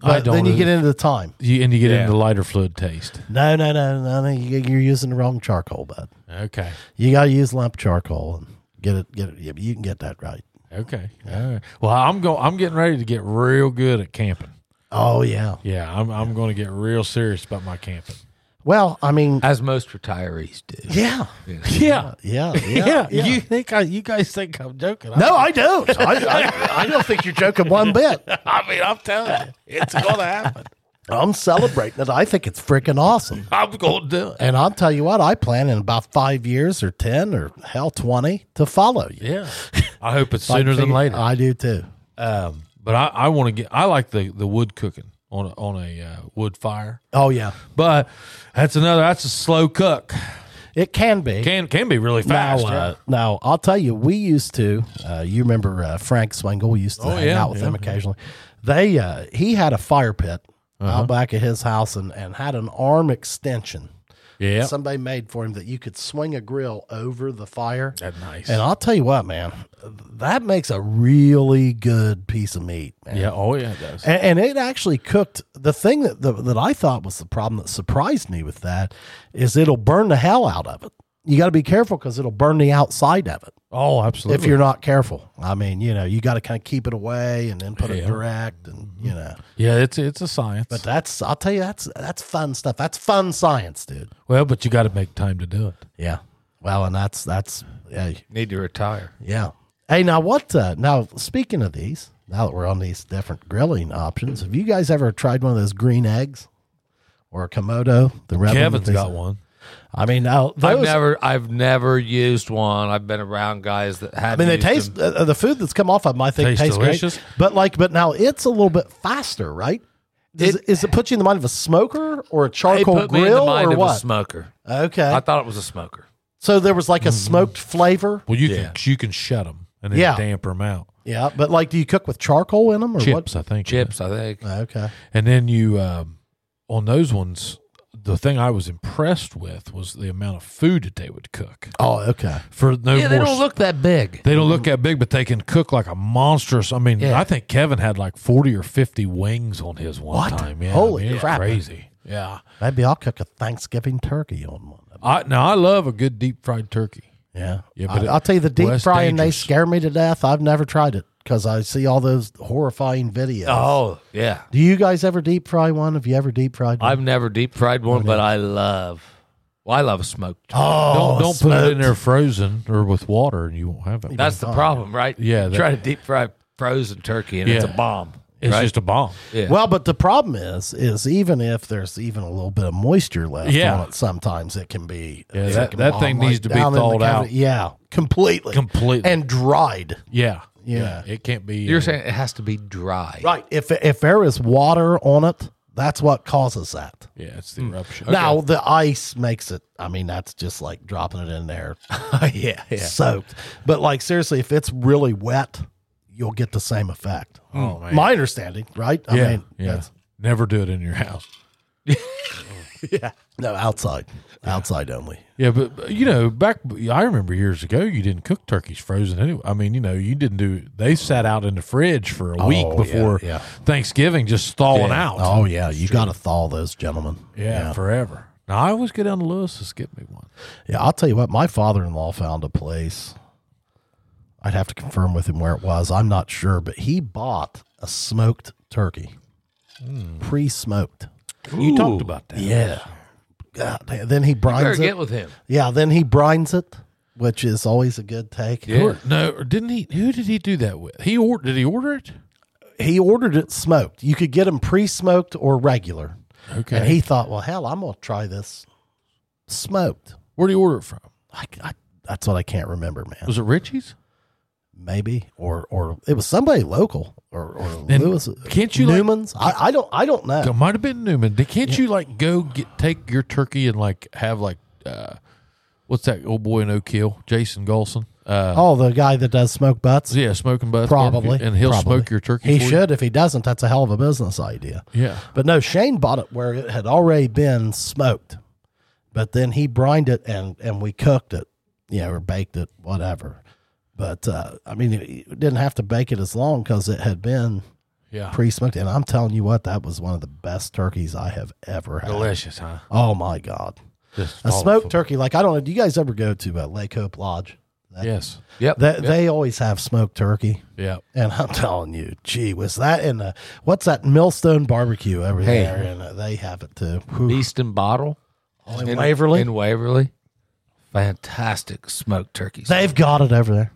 Speaker 2: But
Speaker 1: I don't
Speaker 2: then you
Speaker 1: either.
Speaker 2: get into the time.
Speaker 1: You, and you get
Speaker 3: Yeah.
Speaker 1: into lighter fluid taste.
Speaker 2: No, no, no, no, no. You, you're using the wrong charcoal, bud.
Speaker 1: Okay.
Speaker 2: You got to use lump charcoal and get it. Get it. yeah, You can get that right.
Speaker 1: Okay. All right. Well, I'm going. I'm getting ready to get real good at camping.
Speaker 2: Oh yeah.
Speaker 1: Yeah, I'm. I'm going to get real serious about my camping.
Speaker 2: Well, I mean,
Speaker 3: As most retirees do.
Speaker 2: yeah,
Speaker 1: Uh, Yeah.
Speaker 2: yeah,
Speaker 1: Yeah.
Speaker 2: yeah.
Speaker 1: You think I? You guys think I'm joking?
Speaker 2: no, I don't. I, I, I don't think you're joking one bit.
Speaker 1: I mean, I'm telling you, it's going to happen.
Speaker 2: I'm celebrating it. I think it's freaking awesome.
Speaker 1: I'm going to do it.
Speaker 2: And I'll tell you what, I plan in about five years or 10 or hell, 20 to follow you.
Speaker 1: Yeah. I hope it's sooner than later.
Speaker 2: I do too.
Speaker 1: Um, but I, I want to get. I like the the wood cooking on a, on a uh, wood fire.
Speaker 2: Oh, yeah.
Speaker 1: But that's another. That's a slow cook.
Speaker 2: It can be.
Speaker 1: Can can be really fast.
Speaker 2: Now,
Speaker 1: yeah.
Speaker 2: uh, now, I'll tell you, we used to. Uh, you remember uh, Frank Swingle? We used to hang
Speaker 1: Oh, yeah,
Speaker 2: out with
Speaker 1: yeah,
Speaker 2: him occasionally. They uh, he had a fire pit
Speaker 1: Uh-huh.
Speaker 2: out back at his house and and had an arm extension.
Speaker 1: yeah.
Speaker 2: Somebody made for him that you could swing a grill over the fire.
Speaker 1: That's nice.
Speaker 2: And I'll tell you what, man, that makes a really good piece of meat. Man.
Speaker 1: yeah. Oh yeah. It does.
Speaker 2: And, and it actually cooked. The thing that the, that I thought was the problem that surprised me with that is it'll burn the hell out of it. You got to be careful because it'll burn the outside of it
Speaker 1: Oh, absolutely.
Speaker 2: if you're not careful. I mean, you know, you got to kind of keep it away and then put it
Speaker 1: Yeah.
Speaker 2: direct, and you know.
Speaker 1: yeah, it's it's a science.
Speaker 2: But that's I'll tell you that's that's fun stuff. That's fun science, dude.
Speaker 1: well, but you got to make time to do it.
Speaker 2: Yeah. Well, and that's that's hey,
Speaker 3: Need to retire.
Speaker 2: Yeah. Hey, now what? Uh, now speaking of these, now that we're on these different grilling options, have you guys ever tried one of those green eggs or a komodo? The red
Speaker 1: Kevin's
Speaker 2: one that they-
Speaker 1: got one.
Speaker 2: I mean, now those,
Speaker 3: I've never I've never used one. I've been around guys that
Speaker 2: I
Speaker 3: have
Speaker 2: mean, they
Speaker 3: used
Speaker 2: taste
Speaker 3: them.
Speaker 2: uh, the food that's come off of them. I think
Speaker 1: Tastes
Speaker 2: tastes,
Speaker 1: delicious.
Speaker 2: great, but like, but now it's a little bit faster, right? Does
Speaker 3: It-
Speaker 2: it, is it put you in the mind of a smoker or a
Speaker 3: They
Speaker 2: charcoal
Speaker 3: put me in the
Speaker 2: grill
Speaker 3: mind
Speaker 2: or
Speaker 3: of a
Speaker 2: what? Uh,
Speaker 3: smoker.
Speaker 2: okay,
Speaker 3: I Mm-hmm. thought it was a smoker.
Speaker 2: so there was like a smoked flavor.
Speaker 1: Well, you
Speaker 3: Yeah.
Speaker 1: can you can shut them and then
Speaker 2: Yeah.
Speaker 1: damper them out.
Speaker 2: Yeah, but like, do you cook with charcoal in them or
Speaker 1: Chips, I think.
Speaker 2: Uh,
Speaker 3: Chips, I think.
Speaker 2: what? Okay,
Speaker 1: And then you um, on those ones, the thing I was impressed with was the amount of food that they would cook
Speaker 2: Oh, okay.
Speaker 1: for no
Speaker 3: yeah, they
Speaker 1: more.
Speaker 3: don't look that big.
Speaker 1: they don't look that big, but they can cook like a monstrous. I mean,
Speaker 3: Yeah.
Speaker 1: I think Kevin had like forty or fifty wings on his one
Speaker 2: What?
Speaker 1: time. Yeah,
Speaker 2: Holy
Speaker 1: I mean, it's
Speaker 2: crap.
Speaker 1: Crazy. Yeah.
Speaker 2: Maybe I'll cook a Thanksgiving turkey on one.
Speaker 1: I now I love a good deep fried turkey.
Speaker 2: Yeah,
Speaker 1: Yeah,
Speaker 2: I,
Speaker 1: but it-
Speaker 2: I'll tell you, the deep
Speaker 1: well, that's
Speaker 2: frying they
Speaker 1: dangerous.
Speaker 2: scare me to death. I've never tried it because I see all those horrifying videos.
Speaker 3: Oh yeah,
Speaker 2: Do you guys ever deep fry one? Have you ever deep fried? One?
Speaker 3: I've never deep fried one, but I love. Well, I love smoked.
Speaker 2: oh,
Speaker 1: don't don't put it in there frozen or with water, and you won't have it.
Speaker 3: That's the problem, right?
Speaker 1: Yeah, that-
Speaker 3: try to deep fry frozen turkey and it's a
Speaker 1: Yeah.
Speaker 3: bomb.
Speaker 1: it's
Speaker 3: right?
Speaker 1: just a bomb.
Speaker 3: yeah.
Speaker 2: Well, but the problem is, is even if there's even a little bit of moisture left
Speaker 1: Yeah.
Speaker 2: on it, sometimes it can be.
Speaker 1: Yeah,
Speaker 2: it
Speaker 1: that-
Speaker 2: can
Speaker 1: that
Speaker 2: bomb
Speaker 1: thing
Speaker 2: right
Speaker 1: needs to be
Speaker 2: down in the
Speaker 1: thawed out.
Speaker 2: cavity. Yeah, completely,
Speaker 1: Completely.
Speaker 2: and dried.
Speaker 1: Yeah,
Speaker 2: Yeah.
Speaker 1: It can't be.
Speaker 3: you're
Speaker 1: uh,
Speaker 3: saying it has to be dry.
Speaker 2: Right. If if there is water on it, that's what causes that.
Speaker 1: yeah, it's
Speaker 3: Mm.
Speaker 1: the eruption.
Speaker 2: Now the ice makes it. I mean, that's just like dropping it in there
Speaker 3: yeah, yeah.
Speaker 2: soaked. But like seriously, if it's really wet, you'll get the same effect. Hmm.
Speaker 1: Oh, man.
Speaker 2: My understanding, right? I
Speaker 1: yeah,
Speaker 2: mean,
Speaker 1: yeah.
Speaker 2: that's-
Speaker 1: Never do it in your house.
Speaker 2: no, outside, outside only.
Speaker 1: Yeah, but but, you know, back I remember years ago, you didn't cook turkeys frozen anyway. I mean, you know, you didn't do. They sat out in the fridge for a week
Speaker 2: yeah,
Speaker 1: before
Speaker 2: yeah.
Speaker 1: Thanksgiving, just thawing out.
Speaker 2: Oh yeah, you got to thaw those gentlemen.
Speaker 1: yeah, forever. Now I always go down to Lewis to get me one.
Speaker 2: yeah. I'll tell you what, my father-in-law found a place. I'd have to confirm with him where it was. I'm not sure, but he bought a smoked turkey,
Speaker 1: Hmm.
Speaker 2: pre-smoked.
Speaker 1: You talked about that.
Speaker 2: Yeah. God, damn. then he brines
Speaker 3: Better
Speaker 2: it.
Speaker 3: get with him.
Speaker 2: yeah, then he brines it, which is always a good take.
Speaker 1: Or- No, or didn't he? Who did he do that with? He or, did he order it?
Speaker 2: He ordered it smoked. You could get them pre-smoked or regular.
Speaker 1: Okay.
Speaker 2: And he thought, well, hell, I'm going to try this smoked.
Speaker 1: Where would he order it from?
Speaker 2: I, I- that's what I can't remember, man.
Speaker 1: Was it Richie's?
Speaker 2: Maybe or or it was somebody local or or
Speaker 1: Then
Speaker 2: Lewis. uh,
Speaker 1: can't you, like-
Speaker 2: Newman's? I, I don't I don't know.
Speaker 1: It might have been Newman. They- Can't you like go get take your turkey and like have like uh, what's that old boy in Oak Hill, Jason Golson? Uh,
Speaker 2: Oh, the guy that does smoke butts.
Speaker 1: yeah, smoking butts,
Speaker 2: Probably,
Speaker 1: barbecue, and he'll
Speaker 2: probably.
Speaker 1: smoke your turkey.
Speaker 2: He
Speaker 1: for you?
Speaker 2: should. If he doesn't, that's a hell of a business idea.
Speaker 1: Yeah.
Speaker 2: But no, Shane bought it where it had already been smoked, but then he brined it and and we cooked it, you know, or baked it, whatever. But uh, I mean, you didn't have to bake it as long because it had been
Speaker 1: Yeah,
Speaker 2: pre-smoked. And I'm telling you what, that was one of the best turkeys I have ever had.
Speaker 1: delicious, huh?
Speaker 2: Oh my god,
Speaker 1: Just
Speaker 2: a
Speaker 1: fall
Speaker 2: smoked
Speaker 1: off
Speaker 2: turkey! Like I don't know, do you guys ever go to uh, Lake Hope Lodge?
Speaker 1: of- Yes.
Speaker 3: Yep.
Speaker 2: They, they always have smoked turkey.
Speaker 1: Yeah.
Speaker 2: And I'm telling you, gee, was that in the what's that millstone barbecue over
Speaker 3: Hey.
Speaker 2: there? And uh, they have it too. Whew.
Speaker 3: Beast and Bottle
Speaker 2: Oh, in Waverly,
Speaker 3: In Waverly, fantastic smoked turkeys.
Speaker 2: they've got it over there.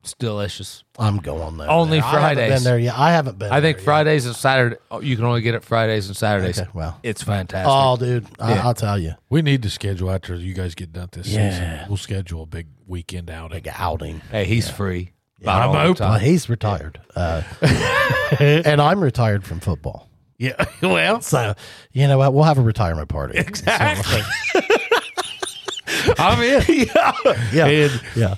Speaker 3: It's delicious.
Speaker 2: I'm going there.
Speaker 3: Only
Speaker 2: I haven't
Speaker 3: Fridays.
Speaker 2: been there yet. I haven't been.
Speaker 3: I think
Speaker 2: there
Speaker 3: Fridays and Saturday. oh, You can only get it Fridays and Saturdays.
Speaker 2: yet. Okay, well,
Speaker 3: It's fantastic.
Speaker 2: oh, dude, I,
Speaker 3: Yeah.
Speaker 2: I'll tell you,
Speaker 1: We need to schedule after you guys get done this
Speaker 2: Yeah.
Speaker 1: season. We'll schedule a big weekend outing.
Speaker 2: big outing.
Speaker 3: hey, he's free.
Speaker 1: I'm
Speaker 3: all the
Speaker 1: open.
Speaker 2: Well,
Speaker 3: time.
Speaker 2: he's retired, uh, and I'm retired from football.
Speaker 1: Yeah. well,
Speaker 2: So you know what? We'll have a retirement party.
Speaker 1: exactly. I'm in.
Speaker 2: Yeah,
Speaker 1: And
Speaker 2: yeah.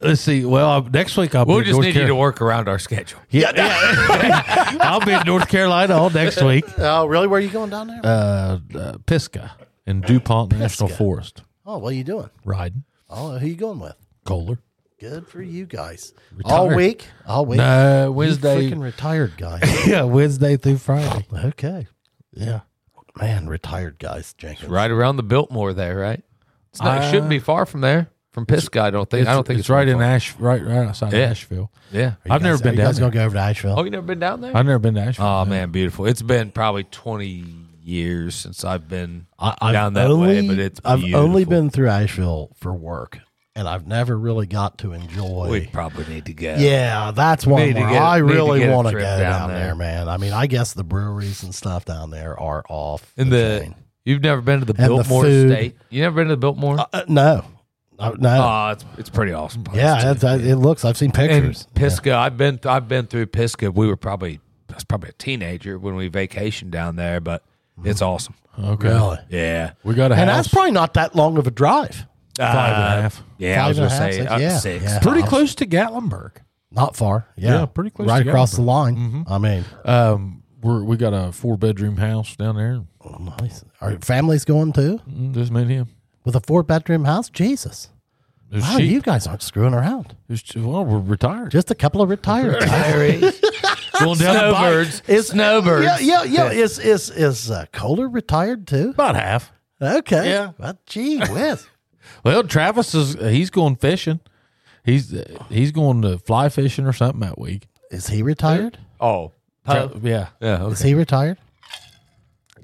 Speaker 1: let's see. Well, uh, next week I'll
Speaker 3: We'll
Speaker 1: be in
Speaker 3: just
Speaker 1: North
Speaker 3: need you
Speaker 1: Carolina.
Speaker 3: to work around our schedule.
Speaker 1: I'll be in North Carolina all next week.
Speaker 2: Oh, really? Where are you going down there?
Speaker 1: uh, uh, Pisgah in DuPont National Forest.
Speaker 2: oh, what are you doing?
Speaker 1: Riding.
Speaker 2: Oh, who you going with?
Speaker 1: Kohler.
Speaker 2: Good for you guys. All
Speaker 1: Retired.
Speaker 2: week. All week.
Speaker 1: No,
Speaker 2: You
Speaker 1: Wednesday.
Speaker 2: freaking retired guys.
Speaker 1: yeah, Wednesday through Friday.
Speaker 2: okay. Yeah. Man, retired guys, Jenkins.
Speaker 3: Right around the Biltmore there, right? It's
Speaker 1: Uh,
Speaker 3: not, it shouldn't be far from there. From Pisgah, I don't think. I don't think
Speaker 1: it's, right in
Speaker 3: that.
Speaker 1: Ash, right, right outside
Speaker 3: Yeah.
Speaker 1: of Asheville.
Speaker 3: Yeah.
Speaker 1: I've never been
Speaker 2: you
Speaker 1: down
Speaker 2: guys
Speaker 1: there.
Speaker 2: gonna go over to Asheville.
Speaker 3: Oh, you never been down there?
Speaker 1: I've never been to Asheville.
Speaker 3: Oh man, beautiful! It's been probably twenty years since I've been
Speaker 2: I, I've
Speaker 3: down that
Speaker 2: only,
Speaker 3: way, but it's
Speaker 2: I've only
Speaker 3: beautiful.
Speaker 2: been through Asheville for work, and I've never really got to enjoy.
Speaker 3: We probably need to go.
Speaker 2: yeah, that's one
Speaker 3: Need to
Speaker 2: where
Speaker 3: get-
Speaker 2: I
Speaker 3: need to
Speaker 2: really
Speaker 3: get a
Speaker 2: want to go
Speaker 3: trip
Speaker 2: down,
Speaker 3: down
Speaker 2: there.
Speaker 3: there.
Speaker 2: man. I mean, I guess the breweries and stuff down there are off
Speaker 3: and the
Speaker 2: chain.
Speaker 3: you've never been to the
Speaker 2: And the
Speaker 3: Biltmore
Speaker 2: food.
Speaker 3: State. You never been to the Biltmore?
Speaker 2: Uh, uh, no, Uh, no,
Speaker 3: oh, it's it's pretty awesome. place,
Speaker 2: yeah,
Speaker 3: Oh, too.
Speaker 2: it, it looks. I've seen pictures.
Speaker 3: and Pisgah. I've been th- I've been through Pisgah. We were probably I was probably a teenager when we vacationed down there, but
Speaker 2: Mm-hmm.
Speaker 3: it's awesome.
Speaker 1: okay.
Speaker 2: Really?
Speaker 3: Yeah,
Speaker 1: We got a
Speaker 2: And
Speaker 1: house.
Speaker 2: that's probably not that long of a drive.
Speaker 1: five and a half.
Speaker 3: yeah. I
Speaker 2: Five
Speaker 3: was
Speaker 2: and a
Speaker 3: gonna
Speaker 2: half,
Speaker 3: say
Speaker 2: six,
Speaker 3: uh,
Speaker 2: yeah,
Speaker 3: six.
Speaker 2: yeah.
Speaker 1: Pretty close to Gatlinburg.
Speaker 2: Not far. Yeah,
Speaker 1: Yeah, pretty close Mm-hmm.
Speaker 2: Right
Speaker 1: to
Speaker 2: across the line. I mean,
Speaker 1: Um, we're we got a four bedroom house down there.
Speaker 2: Oh, nice. Are families going too
Speaker 1: Mm, Just me and him.
Speaker 2: with a four bedroom house? Jesus.
Speaker 1: It was
Speaker 2: Wow,
Speaker 1: cheap.
Speaker 2: you guys aren't screwing around.
Speaker 1: It was ch- well, we're retired.
Speaker 2: Just a couple of retired guys.
Speaker 1: going down the bike.
Speaker 3: Snowbirds. It's snowbirds.
Speaker 2: Yeah, yeah, yeah. Is is is uh, Kohler retired too?
Speaker 1: about half.
Speaker 2: Okay.
Speaker 1: Yeah.
Speaker 2: Well, gee whiz.
Speaker 1: Well, Travis is he's going fishing. He's he's going to fly fishing or something that week.
Speaker 2: is he retired?
Speaker 3: Oh.
Speaker 1: Tra- yeah.
Speaker 3: Yeah. okay.
Speaker 2: Is he retired?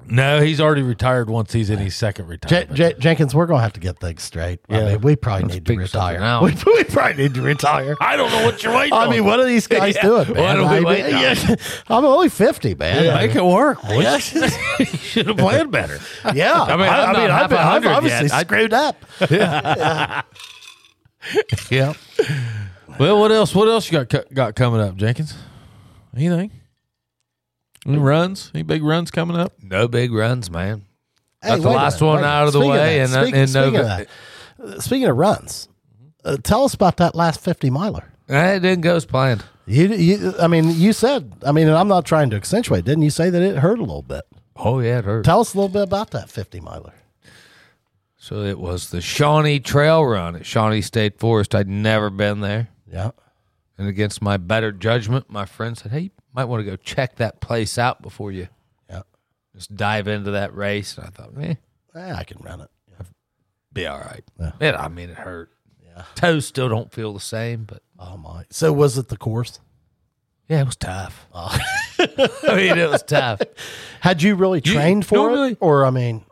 Speaker 1: No, he's already retired once he's in his second
Speaker 2: J-
Speaker 1: retirement.
Speaker 2: J- Jenkins, we're gonna have to get things straight. I
Speaker 1: Yeah.
Speaker 2: mean, we probably need to
Speaker 3: figure something
Speaker 2: retire.
Speaker 3: out.
Speaker 2: We, we probably need to retire.
Speaker 1: I don't know what you're waiting
Speaker 2: I mean, what are these guys
Speaker 3: Yeah.
Speaker 2: doing,
Speaker 3: What
Speaker 2: man?
Speaker 3: are we
Speaker 2: I mean,
Speaker 3: waiting on?
Speaker 2: yeah, I'm only fifty, man. I mean,
Speaker 1: Make it work. boy. you should have planned better.
Speaker 2: yeah,
Speaker 3: I mean, I'm not half
Speaker 2: I've, been-
Speaker 3: a
Speaker 2: I've
Speaker 3: hundred
Speaker 2: obviously
Speaker 3: yet. I-
Speaker 2: screwed up.
Speaker 1: yeah. Well, what else? What else you got co- got coming up, Jenkins? Anything? Any runs? Any big runs coming up?
Speaker 3: No big runs, man.
Speaker 2: Hey,
Speaker 3: Got the
Speaker 2: wait a
Speaker 3: last
Speaker 2: minute,
Speaker 3: one
Speaker 2: wait a
Speaker 3: out of the
Speaker 2: minute.
Speaker 3: way, and
Speaker 2: Speaking speaking,
Speaker 3: in
Speaker 2: speaking,
Speaker 3: Nova-
Speaker 2: of that, uh, speaking of runs, uh, tell us about that last fifty miler.
Speaker 3: Eh, It didn't go as planned.
Speaker 2: You, you, I mean, you said, I mean, and I'm not trying to accentuate. Didn't you say that it hurt a little bit?
Speaker 3: Oh yeah, it hurt.
Speaker 2: Tell us a little bit about that fifty miler.
Speaker 3: So it was the Shawnee Trail Run at Shawnee State Forest. I'd never been there.
Speaker 2: Yeah.
Speaker 3: And against my better judgment, my friend said, Hey, you might want to go check that place out before you
Speaker 2: Yeah.
Speaker 3: just dive into that race. And I thought, eh,
Speaker 2: Eh, I can run it.
Speaker 3: be all right.
Speaker 2: Yeah.
Speaker 3: It, I mean, it hurt. Toes still don't feel the same, but
Speaker 2: Oh my! So was it the course?
Speaker 3: yeah, it was tough. I mean, it was tough.
Speaker 2: Had you really trained for
Speaker 3: normally-
Speaker 2: it, or I mean,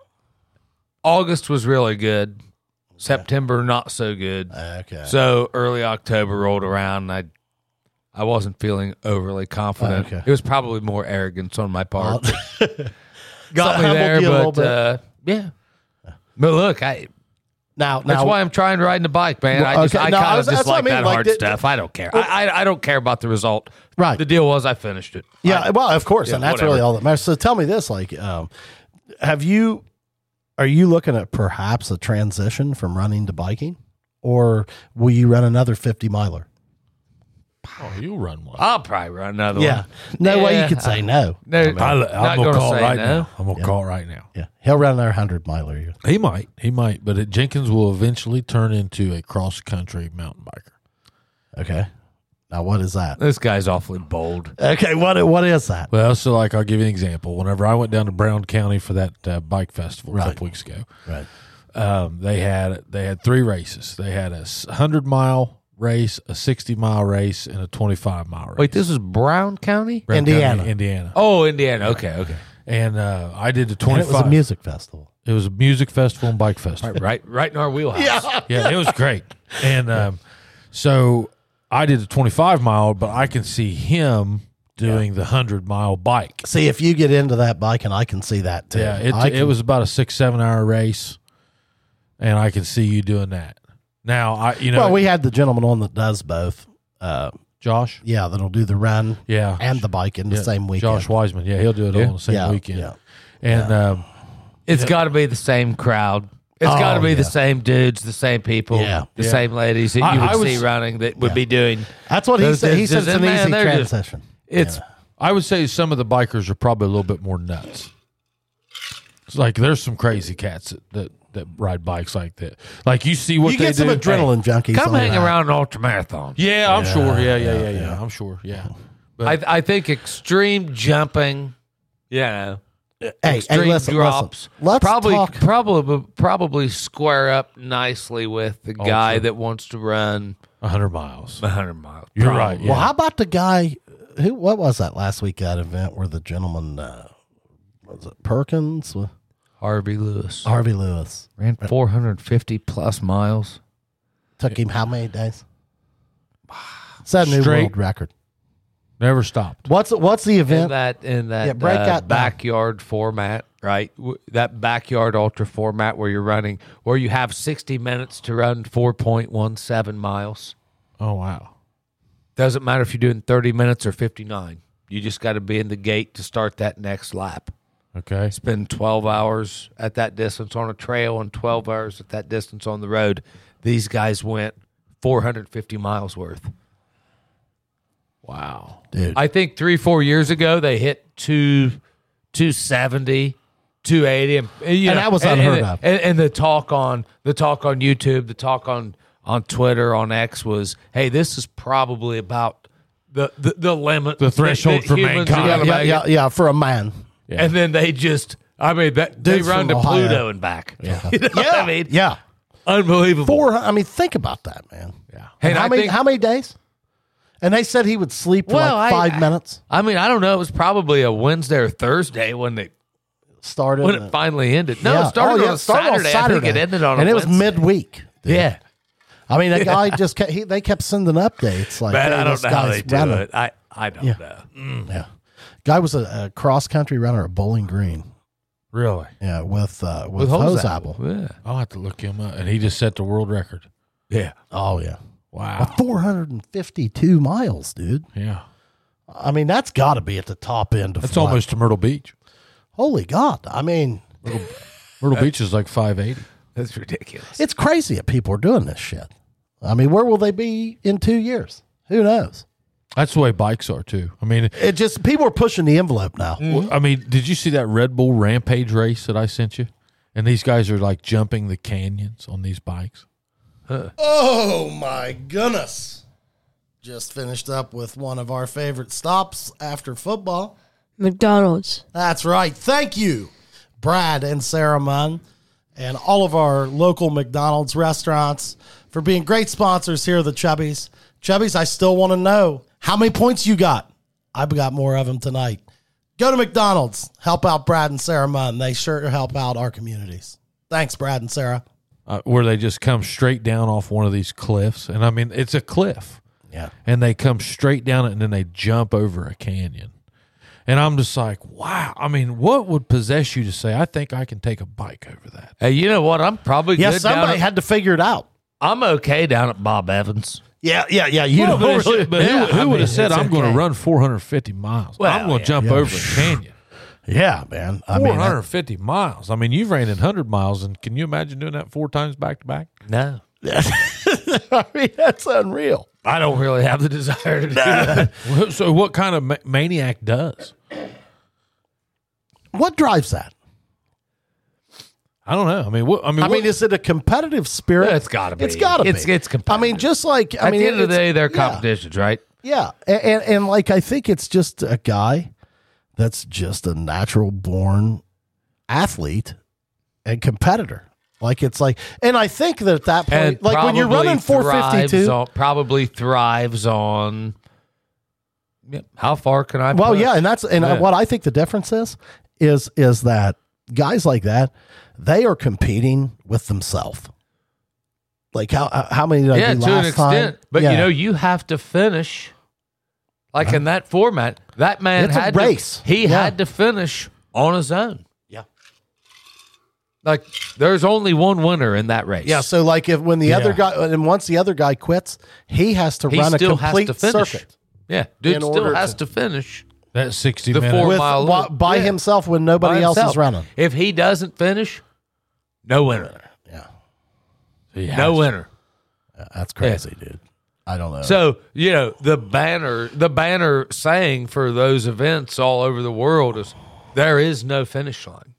Speaker 3: August was really good. September, not so good.
Speaker 2: okay,
Speaker 3: So early October rolled around, and I, I wasn't feeling overly confident.
Speaker 2: Okay.
Speaker 3: It was probably more arrogance on my part.
Speaker 2: So
Speaker 3: Got
Speaker 2: humbled
Speaker 3: me there,
Speaker 2: you a little
Speaker 3: but
Speaker 2: bit.
Speaker 3: uh, yeah. But look, I
Speaker 2: now,
Speaker 3: that's
Speaker 2: now,
Speaker 3: why I'm trying riding the bike, man. I
Speaker 2: Well,
Speaker 3: just
Speaker 2: okay,
Speaker 3: I
Speaker 2: no, I
Speaker 3: kind
Speaker 2: was-
Speaker 3: of
Speaker 2: that's
Speaker 3: just
Speaker 2: what I
Speaker 3: like
Speaker 2: mean,
Speaker 3: that
Speaker 2: like
Speaker 3: hard
Speaker 2: the-
Speaker 3: stuff. I don't care. I, I I don't care about the result.
Speaker 2: Right.
Speaker 3: The deal was I finished it.
Speaker 2: yeah, well, of course, and that's
Speaker 3: whatever.
Speaker 2: really all that matters. So tell me this: like, um, have you? Are you looking at perhaps a transition from running to biking, or will you run another fifty miler?
Speaker 1: Oh, you'll run one.
Speaker 3: I'll probably run another one.
Speaker 2: no way
Speaker 3: Yeah.
Speaker 2: you could say no.
Speaker 3: No,
Speaker 1: I,
Speaker 3: I'm
Speaker 1: am
Speaker 3: not
Speaker 1: gonna
Speaker 3: going to
Speaker 1: call
Speaker 3: say
Speaker 1: right
Speaker 3: no.
Speaker 1: now. I'm gonna call right now.
Speaker 2: Yeah, he'll run another hundred miler. You-
Speaker 1: He might, he might, but it, Jenkins will eventually turn into a cross country mountain biker.
Speaker 2: Okay, now what is that?
Speaker 3: This guy's awfully bold.
Speaker 2: Okay, what what is that?
Speaker 1: Well, so like I'll give you an example. Whenever I went down to Brown County for that uh, bike festival a couple weeks ago,
Speaker 2: Right.
Speaker 1: um, they had they had three races. They had a hundred mile race, a sixty mile race, and a twenty five mile race.
Speaker 3: Wait, this is Brown County?
Speaker 1: Brown
Speaker 2: Indiana.
Speaker 1: County, Indiana,
Speaker 3: Oh, Indiana. Okay, okay.
Speaker 1: and uh, I did the
Speaker 2: And
Speaker 1: twenty
Speaker 2: it was
Speaker 1: five.
Speaker 2: a music festival.
Speaker 1: it was a music festival and bike festival.
Speaker 3: Right, right in our wheelhouse. Yeah.
Speaker 1: yeah, it was great. And um, so I did the 25 mile, but I can see him doing the 100 mile bike.
Speaker 2: See, if you get into that bike, and I can see that too.
Speaker 1: Yeah, it,
Speaker 2: I
Speaker 1: it
Speaker 2: can-
Speaker 1: was about a six, seven hour race. And I can see you doing that. Now, I, you know,
Speaker 2: Well, we had the gentleman on that does both. Uh,
Speaker 1: Josh.
Speaker 2: yeah, that'll do the run
Speaker 1: Yeah.
Speaker 2: and the bike in the
Speaker 1: Yeah,
Speaker 2: same weekend.
Speaker 1: Josh Wiseman. Yeah, he'll do it all on the same
Speaker 2: Yeah,
Speaker 1: weekend.
Speaker 2: yeah.
Speaker 1: And um,
Speaker 3: It's got to be the same crowd. It's
Speaker 2: Oh,
Speaker 3: got to be
Speaker 2: yeah.
Speaker 3: the same dudes, the same people,
Speaker 2: Yeah.
Speaker 3: the
Speaker 1: Yeah.
Speaker 3: same ladies that
Speaker 1: I-
Speaker 3: you would
Speaker 1: I was-
Speaker 3: see running that would be doing.
Speaker 2: That's what he
Speaker 3: Those
Speaker 2: said. He
Speaker 3: dudes
Speaker 2: said it's
Speaker 3: is-
Speaker 2: an
Speaker 3: man,
Speaker 2: easy
Speaker 3: they're just-
Speaker 2: transition.
Speaker 3: It's
Speaker 1: I would say some of the bikers are probably a little bit more nuts. It's like there's some crazy cats that, that, that ride bikes like that. Like you see what
Speaker 2: you
Speaker 1: they
Speaker 2: get some
Speaker 1: do.
Speaker 2: adrenaline junkies.
Speaker 3: come
Speaker 2: on
Speaker 3: hang
Speaker 2: that.
Speaker 3: around an ultra marathon.
Speaker 1: Yeah, I'm sure. Yeah, yeah, yeah, yeah, I'm sure. Yeah. But
Speaker 3: I, I think extreme jumping, you know,
Speaker 2: Hey, hey
Speaker 3: extreme
Speaker 2: listen,
Speaker 3: drops.
Speaker 2: listen. Let's
Speaker 3: probably
Speaker 2: talk.
Speaker 3: probably probably square up nicely with
Speaker 1: Oh,
Speaker 3: the guy that wants to run
Speaker 1: 100 miles.
Speaker 3: 100 miles.
Speaker 1: You're right. Yeah.
Speaker 2: Well, how about the guy who? What was that last week at event where the gentleman uh, was it Perkins, Wha-
Speaker 3: Harvey Lewis
Speaker 2: Harvey Lewis?
Speaker 3: ran 450 plus miles.
Speaker 2: Took him how many days? Set a new
Speaker 1: Straight-
Speaker 2: world record.
Speaker 1: Never stopped.
Speaker 2: What's what's the
Speaker 3: in
Speaker 2: event?
Speaker 3: that in that
Speaker 2: Yeah, break
Speaker 3: uh,
Speaker 2: that down.
Speaker 3: backyard format, right? W- That backyard ultra format where you're running, where you have 60 minutes to run 4.17 miles.
Speaker 1: Oh, wow.
Speaker 3: Doesn't matter if you're doing 30 minutes or 59. You just got to be in the gate to start that next lap.
Speaker 1: Okay.
Speaker 3: Spend 12 hours at that distance on a trail and 12 hours at that distance on the road. These guys went 450 miles worth.
Speaker 1: Wow.
Speaker 2: dude.
Speaker 3: I think three, four years ago, they hit two, 270, 280. And, you
Speaker 2: And
Speaker 3: know,
Speaker 2: that was
Speaker 3: and-
Speaker 2: unheard
Speaker 3: and-
Speaker 2: of.
Speaker 3: And, and the talk on the talk on YouTube, the talk on, on Twitter, on X was, hey, this is probably about the, the, the limit.
Speaker 1: The threshold
Speaker 3: that- that
Speaker 1: for
Speaker 3: humans are
Speaker 1: mankind.
Speaker 3: gonna
Speaker 2: yeah, yeah,
Speaker 3: make
Speaker 2: yeah, for a man.
Speaker 3: it. And then they just, I mean, that, they
Speaker 2: Dude's
Speaker 3: run to
Speaker 2: from Ohio.
Speaker 3: Pluto and back. Yeah. you know what I mean?
Speaker 2: Yeah,
Speaker 3: Unbelievable.
Speaker 2: four. hun- I mean, think about that, man.
Speaker 1: Yeah.
Speaker 3: And
Speaker 2: how
Speaker 3: I
Speaker 2: many
Speaker 3: think-
Speaker 2: how many days? And they said he would sleep for
Speaker 3: Well, I-
Speaker 2: like five
Speaker 3: I-
Speaker 2: minutes.
Speaker 3: I mean, I don't know. It was probably a Wednesday or Thursday when they
Speaker 2: Started
Speaker 3: when it finally ended. No,
Speaker 2: Uh, yeah.
Speaker 3: it started,
Speaker 2: Oh, yeah,
Speaker 3: on,
Speaker 2: it started
Speaker 3: Saturday. I think it
Speaker 2: Saturday.
Speaker 3: ended on
Speaker 2: and
Speaker 3: a
Speaker 2: it was
Speaker 3: Wednesday.
Speaker 2: midweek. dude.
Speaker 3: Yeah.
Speaker 2: I mean, the guy just kept, he, they kept sending updates like,
Speaker 3: Man,
Speaker 2: hey,
Speaker 3: I don't
Speaker 2: this
Speaker 3: know how
Speaker 2: guy's
Speaker 3: they do
Speaker 2: running.
Speaker 3: it. I, I don't know.
Speaker 2: Yeah, guy was a, a cross country runner at Bowling Green.
Speaker 1: Really?
Speaker 2: Yeah, with uh, with, Hose Apple.
Speaker 3: Yeah.
Speaker 1: I'll have to look him up. And he just set the world record.
Speaker 3: Yeah.
Speaker 2: Oh yeah,
Speaker 1: Wow.
Speaker 2: 452 miles, dude.
Speaker 1: Yeah.
Speaker 2: I mean, that's got to be at the top end of
Speaker 1: That's
Speaker 2: what-
Speaker 1: almost to Myrtle Beach.
Speaker 2: holy God. I mean,
Speaker 1: Myrtle Beach is like 580.
Speaker 3: That's ridiculous.
Speaker 2: it's crazy that people are doing this shit. I mean, where will they be in two years? Who knows?
Speaker 1: That's the way bikes are, too. I mean,
Speaker 2: It just people are pushing the envelope now.
Speaker 1: Well, I mean, did you see that Red Bull Rampage race that I sent you? And these guys are like jumping the canyons on these bikes.
Speaker 2: Oh my goodness! Just finished up with one of our favorite stops after football.
Speaker 4: McDonald's.
Speaker 2: That's right. Thank you, Brad and Sarah Munn, and all of our local McDonald's restaurants for being great sponsors here at the Chubbies. Chubbies, I still want to know how many points you got. I've got more of them tonight. Go to McDonald's, help out Brad and Sarah Munn. They sure help out our communities. Thanks, Brad and Sarah.
Speaker 1: uh, where they just come straight down off one of these cliffs. And I mean, it's a cliff.
Speaker 2: Yeah.
Speaker 1: And they come straight down it and then they jump over a canyon. And I'm just like, wow. I mean, what would possess you to say, I think I can take a bike over that?
Speaker 3: Hey, you know what? I'm probably
Speaker 2: Yeah,
Speaker 3: good down
Speaker 2: somebody
Speaker 3: at-
Speaker 2: had to figure it out.
Speaker 3: I'm okay down at Bob Evans.
Speaker 2: Yeah, yeah, yeah. You
Speaker 1: Well,
Speaker 2: know,
Speaker 1: but, it's- but who,
Speaker 3: yeah,
Speaker 1: who
Speaker 3: I
Speaker 1: would
Speaker 3: mean,
Speaker 1: have said,
Speaker 3: it's
Speaker 1: I'm going
Speaker 3: okay.
Speaker 1: to run 450 miles? I'm
Speaker 3: Well,
Speaker 1: going to
Speaker 3: yeah.
Speaker 1: jump over a canyon.
Speaker 2: yeah, man. I mean, that-
Speaker 1: 450 miles. I mean, you've ran in 100 miles, and can you imagine doing that four times back to back?
Speaker 3: No.
Speaker 2: I mean, that's unreal.
Speaker 3: I don't really have the desire to do that.
Speaker 1: Well, So, what kind of ma- maniac does?
Speaker 2: What drives that?
Speaker 1: I don't know. I mean, what, I mean,
Speaker 2: I mean,
Speaker 1: what-
Speaker 2: is it a competitive spirit?
Speaker 3: Yeah, it's gotta be.
Speaker 2: It's gotta
Speaker 3: It's-
Speaker 2: be.
Speaker 3: it's competitive.
Speaker 2: I mean, just like I
Speaker 3: At
Speaker 2: mean,
Speaker 3: the end of the
Speaker 2: it's-
Speaker 3: day, they're
Speaker 2: yeah,
Speaker 3: competitions, right?
Speaker 2: Yeah, And, and and like I think it's just a guy that's just a natural born athlete and competitor. Like it's like, and I think that at that point,
Speaker 3: And
Speaker 2: like when you're
Speaker 3: probably
Speaker 2: running
Speaker 3: thrives
Speaker 2: 452,
Speaker 3: on- probably thrives on yep, how far can I?
Speaker 2: Well,
Speaker 3: push?
Speaker 2: yeah, and that's and uh,
Speaker 1: Yeah.
Speaker 2: what I think the difference is is is that guys like that they are competing with themselves. Like how uh, how many did I
Speaker 3: yeah,
Speaker 2: do
Speaker 3: to
Speaker 2: last
Speaker 3: an extent.
Speaker 2: time?
Speaker 3: But
Speaker 2: Yeah.
Speaker 3: you know, you have to finish. Like in that format, that man
Speaker 2: It's a
Speaker 3: had
Speaker 2: race.
Speaker 3: To, he
Speaker 2: Yeah.
Speaker 3: had to finish on his own. Yeah. Like there's only one winner in that race.
Speaker 2: yeah. So like if when the other
Speaker 1: Yeah.
Speaker 2: guy and once the other guy quits, he has to
Speaker 3: he
Speaker 2: run a
Speaker 3: still has
Speaker 2: complete
Speaker 3: to finish.
Speaker 2: circuit
Speaker 3: Yeah, dude
Speaker 2: In
Speaker 3: still
Speaker 2: order
Speaker 3: has
Speaker 2: to-
Speaker 3: to finish
Speaker 1: that 60
Speaker 3: the
Speaker 1: minute.
Speaker 3: four
Speaker 2: with,
Speaker 3: mile
Speaker 2: wa-
Speaker 3: loop.
Speaker 2: by
Speaker 3: Yeah.
Speaker 2: himself when
Speaker 3: by
Speaker 2: nobody else
Speaker 3: himself.
Speaker 2: is running.
Speaker 3: If he doesn't finish, no winner.
Speaker 2: Yeah,
Speaker 1: Yeah.
Speaker 3: No winner.
Speaker 2: that's crazy, dude. I don't know.
Speaker 3: So you know the banner, the banner saying for those events all over the world is there is no finish line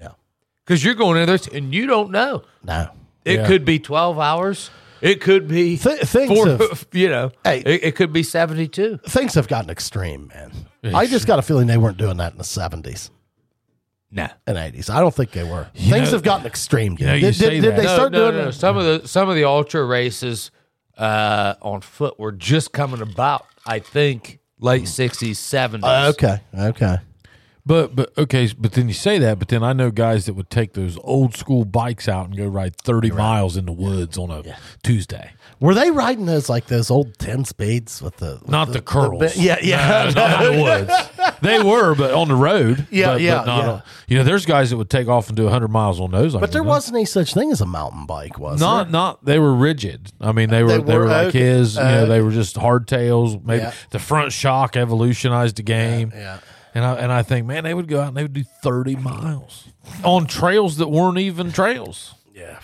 Speaker 2: yeah,
Speaker 3: because you're going in there and you don't know.
Speaker 2: no.
Speaker 3: It
Speaker 1: Yeah.
Speaker 3: could be twelve hours. It could be
Speaker 2: Th- things
Speaker 3: four.
Speaker 2: have-
Speaker 3: You know,
Speaker 2: Hey.
Speaker 3: it, it could be seventy-two.
Speaker 2: Things have gotten extreme, man. I just got a feeling they weren't doing that in the seventies.
Speaker 3: No,
Speaker 2: and 80s. I don't think they were. Things
Speaker 1: know-
Speaker 2: have gotten extreme. dude.
Speaker 1: know, you
Speaker 2: did,
Speaker 1: say
Speaker 2: did- did
Speaker 1: that.
Speaker 2: they
Speaker 3: no,
Speaker 2: start
Speaker 3: no,
Speaker 2: doing
Speaker 3: no, no. Some of the some of the ultra races uh, on foot were just coming about. I think
Speaker 1: Hmm.
Speaker 3: late sixties, seventies.
Speaker 2: Uh, okay, okay.
Speaker 1: But, but, okay, but then you say that, but then I know guys that would take those old school bikes out and go ride 30 miles in the woods on a Tuesday.
Speaker 2: Were they riding those like those old ten speeds with the with
Speaker 1: Not the, curls.
Speaker 2: bit- yeah, yeah,
Speaker 1: No, not in the woods. They were, but on the road.
Speaker 2: Yeah,
Speaker 1: but,
Speaker 2: yeah,
Speaker 1: But not
Speaker 2: yeah.
Speaker 1: on- you know, there's guys that would take off and do 100 miles on those.
Speaker 2: But
Speaker 3: Mm-hmm.
Speaker 2: there wasn't any such thing as a mountain bike, was
Speaker 1: Not, not. They were rigid. I mean, they were they were,
Speaker 2: were,
Speaker 1: like
Speaker 2: okay. uh,
Speaker 1: his. You know, they were just hardtails. Maybe
Speaker 2: Yeah.
Speaker 1: the front shock evolutionized the game.
Speaker 2: there? Yeah.
Speaker 1: And I and I think, man, they would go out and they would do thirty miles on trails that weren't even trails.
Speaker 2: Yeah.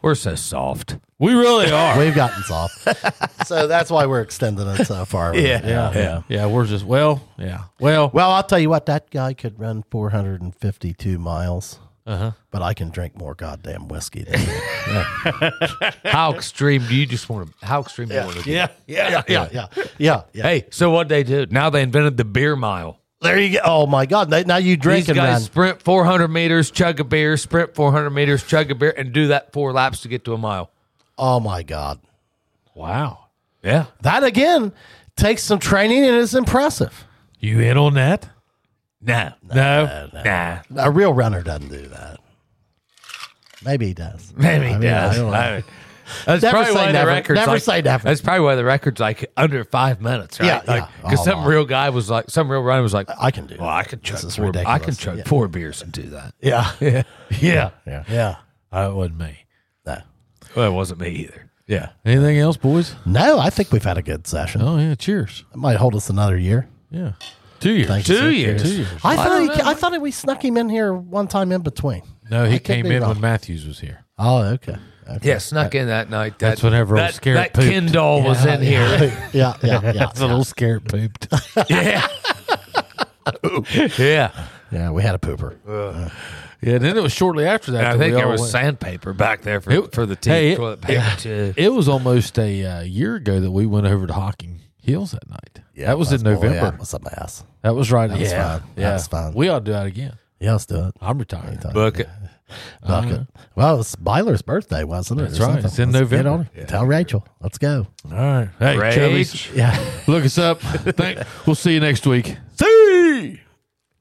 Speaker 3: We're so soft.
Speaker 1: We really are.
Speaker 2: We've gotten soft. so that's why we're extending it so far.
Speaker 3: Yeah.
Speaker 2: yeah. Yeah.
Speaker 1: yeah, we're just well, yeah, well,
Speaker 2: Well, I'll tell you what, that guy could run 452 miles,
Speaker 1: uh
Speaker 3: Uh-huh.
Speaker 1: huh.
Speaker 2: but I can drink more goddamn whiskey than you.
Speaker 3: How extreme do you just want to? How extreme do you want to?
Speaker 1: Yeah, yeah,
Speaker 2: yeah, yeah, yeah, yeah.
Speaker 3: Hey, so what they do? Now they invented the beer mile.
Speaker 2: There you go. Oh my God! Now you drink
Speaker 3: These
Speaker 2: and
Speaker 3: guys
Speaker 2: run.
Speaker 3: sprint 400 meters, chug a beer, sprint 400 meters, chug a beer, and do that four laps to get to a mile.
Speaker 2: Oh my God!
Speaker 1: Wow,
Speaker 3: Yeah,
Speaker 2: That again takes some training and it's impressive.
Speaker 1: you in on that?
Speaker 3: nah, nah,
Speaker 1: No,
Speaker 3: nah.
Speaker 2: A real runner doesn't do that. Maybe he does.
Speaker 3: maybe
Speaker 2: I mean,
Speaker 3: does.
Speaker 2: I don't know.
Speaker 3: I mean, that's
Speaker 2: Never
Speaker 3: probably
Speaker 2: say
Speaker 3: why the
Speaker 2: never.
Speaker 3: records
Speaker 2: Never
Speaker 3: like,
Speaker 2: say never.
Speaker 3: That's probably why the records like under five minutes, right?
Speaker 2: Yeah,
Speaker 3: like,
Speaker 2: yeah.
Speaker 3: Because
Speaker 2: Oh,
Speaker 3: some
Speaker 2: wow.
Speaker 3: real guy was like, some real runner was like,
Speaker 2: I can do.
Speaker 3: well, I could chug
Speaker 2: This is
Speaker 3: four. I
Speaker 2: ridiculous.
Speaker 3: can chug
Speaker 2: Yeah.
Speaker 3: four beers and do that.
Speaker 2: Yeah,
Speaker 3: Yeah, yeah.
Speaker 1: yeah,
Speaker 2: yeah.
Speaker 1: that wasn't me.
Speaker 2: No.
Speaker 3: Well, it wasn't me either. Yeah.
Speaker 1: Anything else, boys?
Speaker 2: No, I think we've had a good session.
Speaker 1: Oh yeah, cheers.
Speaker 2: It might hold us another year.
Speaker 1: Yeah, two years.
Speaker 2: Thank you,
Speaker 3: Two
Speaker 2: sir.
Speaker 3: years.
Speaker 1: Two years.
Speaker 2: I
Speaker 3: don't
Speaker 2: thought he,
Speaker 3: know.
Speaker 2: I thought we snuck him in here one time in between.
Speaker 1: No, he
Speaker 2: I could
Speaker 1: came
Speaker 2: be
Speaker 1: in
Speaker 2: wrong.
Speaker 1: when Matthews was here.
Speaker 2: Oh, okay. okay.
Speaker 3: Yeah, snuck in that night. That,
Speaker 1: That's whenever old
Speaker 3: that,
Speaker 1: Scarab
Speaker 3: that
Speaker 1: pooped.
Speaker 3: Ken doll was in here.
Speaker 2: Yeah, yeah, yeah. yeah.
Speaker 1: That's a little scared pooped.
Speaker 3: Yeah. yeah.
Speaker 2: Yeah, we had a pooper.
Speaker 1: yeah, then it was shortly after that.
Speaker 3: I
Speaker 1: that
Speaker 3: think
Speaker 1: we
Speaker 3: there
Speaker 1: all
Speaker 3: was
Speaker 1: went-
Speaker 3: sandpaper back there for,
Speaker 1: It-
Speaker 3: for the team.
Speaker 1: hey, it-
Speaker 3: toilet paper too.
Speaker 1: It was almost a uh, year ago that we went over to Hocking Hills that night. that was in
Speaker 2: that's- boy,
Speaker 1: November.
Speaker 2: yeah, What's up, my ass?
Speaker 1: That was right. That
Speaker 2: was
Speaker 1: yeah,
Speaker 2: fine. That
Speaker 1: yeah.
Speaker 2: was fine.
Speaker 1: We ought to do that again.
Speaker 2: Yeah, let's do it.
Speaker 1: I'm retired.
Speaker 3: Book it.
Speaker 2: Bucket. Well, it's Byler's birthday, wasn't it?
Speaker 1: Uh-huh. That's
Speaker 2: or
Speaker 1: right.
Speaker 2: something?
Speaker 1: It's in
Speaker 2: Let's get
Speaker 1: November.
Speaker 2: on it. Tell Rachel. Let's go.
Speaker 1: All right. Hey,
Speaker 3: Rage.
Speaker 1: Chubbies,
Speaker 2: Yeah.
Speaker 1: look us up. Thank, we'll see you next week.
Speaker 3: See